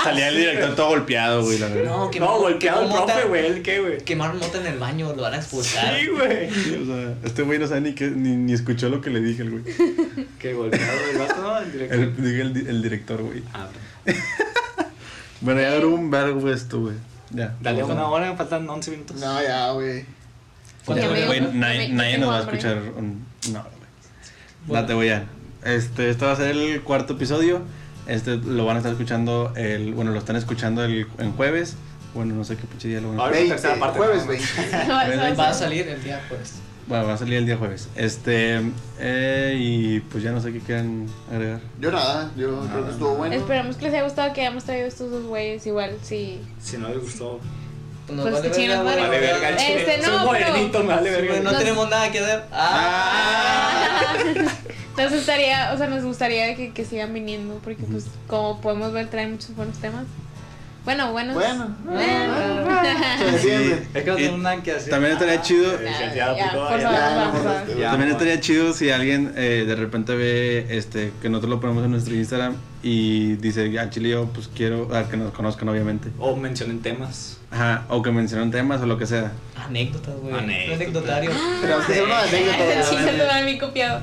Speaker 5: Salía el director todo golpeado, güey, la verdad.
Speaker 2: No, que
Speaker 1: No, golpeado el
Speaker 2: mota-
Speaker 1: profe, güey. ¿El qué, güey?
Speaker 2: Quemar mota en el baño, lo van a expulsar.
Speaker 1: Sí, güey.
Speaker 5: O sea, este güey no sabe ni, que, ni, ni escuchó lo que le dije el güey.
Speaker 1: Que golpeado el vato, ¿no? El
Speaker 5: El,
Speaker 1: director.
Speaker 5: dije el, di- el director, güey.
Speaker 1: Ah, bueno.
Speaker 5: Bueno, ya duró un vergo güey, esto, güey. Ya.
Speaker 1: Dale una hora, me faltan 11 minutos.
Speaker 3: No, ya, güey.
Speaker 2: ¿Cuánto
Speaker 4: Ya me
Speaker 2: duró?
Speaker 5: Güey,
Speaker 4: dio-
Speaker 5: nadie,
Speaker 4: me-
Speaker 5: nadie
Speaker 4: tengo
Speaker 5: nos va a
Speaker 4: hambre.
Speaker 5: escuchar. un- No, güey.
Speaker 2: Bueno.
Speaker 5: Date, güey, ya. Este, este va a ser el cuarto episodio. Este lo van a estar escuchando el. Bueno, lo están escuchando el, en jueves. Bueno, no sé qué pinche día lo van a
Speaker 1: Ahora,
Speaker 3: Veinte,
Speaker 1: tercera parte.
Speaker 3: Jueves 20.
Speaker 2: Va a salir el día pues.
Speaker 5: Bueno, va a salir el día jueves. Este. eh, y pues ya no sé qué quieran agregar.
Speaker 3: Yo nada, yo creo que estuvo bueno.
Speaker 4: Esperamos que les haya gustado que hayamos traído estos dos güeyes igual, sí.
Speaker 1: Si no les gustó,
Speaker 2: Nos
Speaker 4: Pues
Speaker 2: vale
Speaker 4: que
Speaker 2: verga,
Speaker 4: chinos,
Speaker 2: güey.
Speaker 1: vale verga. el
Speaker 4: Este,
Speaker 1: chile.
Speaker 4: no,
Speaker 1: Soy
Speaker 4: pero-
Speaker 1: modernito, me vale
Speaker 2: Sí, güey,
Speaker 1: verga.
Speaker 2: No
Speaker 4: Nos-
Speaker 2: tenemos nada que hacer. Ah.
Speaker 4: Nos gustaría, o sea, nos gustaría que, que sigan viniendo, porque pues como podemos ver traen muchos buenos temas. Bueno, buenos.
Speaker 3: Bueno.
Speaker 4: Bueno.
Speaker 3: Se defienden.
Speaker 2: Es que no
Speaker 5: Y
Speaker 2: tenemos nada que hacer. Ah,
Speaker 5: También estaría chido.
Speaker 1: Sí,
Speaker 4: Ya,
Speaker 1: ya,
Speaker 4: ya,
Speaker 1: aplicó,
Speaker 4: por
Speaker 1: ya.
Speaker 4: favor,
Speaker 3: Ya,
Speaker 4: por
Speaker 3: no,
Speaker 4: favor.
Speaker 3: no,
Speaker 1: Ya,
Speaker 5: También
Speaker 1: amor.
Speaker 5: estaría chido si alguien eh, de repente ve este que nosotros lo ponemos en nuestro Instagram y dice, al chile yo pues quiero ah, que nos conozcan obviamente.
Speaker 1: O mencionen temas.
Speaker 5: Ajá, o que mencionen temas o lo que sea.
Speaker 2: Anécdotas, güey.
Speaker 1: Ah. Anécdotas.
Speaker 2: Anecdotario.
Speaker 3: Pero es que son unas anécdotas.
Speaker 4: Sí,
Speaker 3: güey.
Speaker 4: se lo dan mi copiado.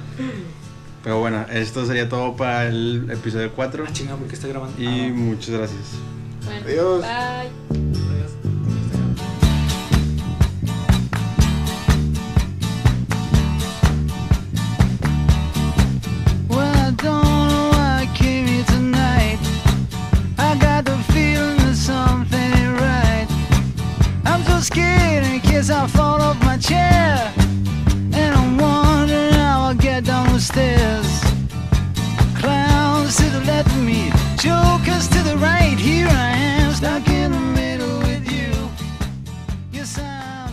Speaker 5: Pero bueno, esto sería todo para el episodio 4
Speaker 1: Ah, chingada, ¿por qué está grabando?
Speaker 5: y
Speaker 1: Ah, no.
Speaker 5: muchas gracias.
Speaker 4: Bueno,
Speaker 3: Adiós.
Speaker 4: Bye.
Speaker 6: Well, I don't know why I came here tonight. I got the feeling that something ain't right. I'm so scared in case I fall off my chair. And I'm wondering how I'll get down the stairs. Clowns to the left of me, jokers to the right. Here I am, stuck in the middle with you. Yes, I'm.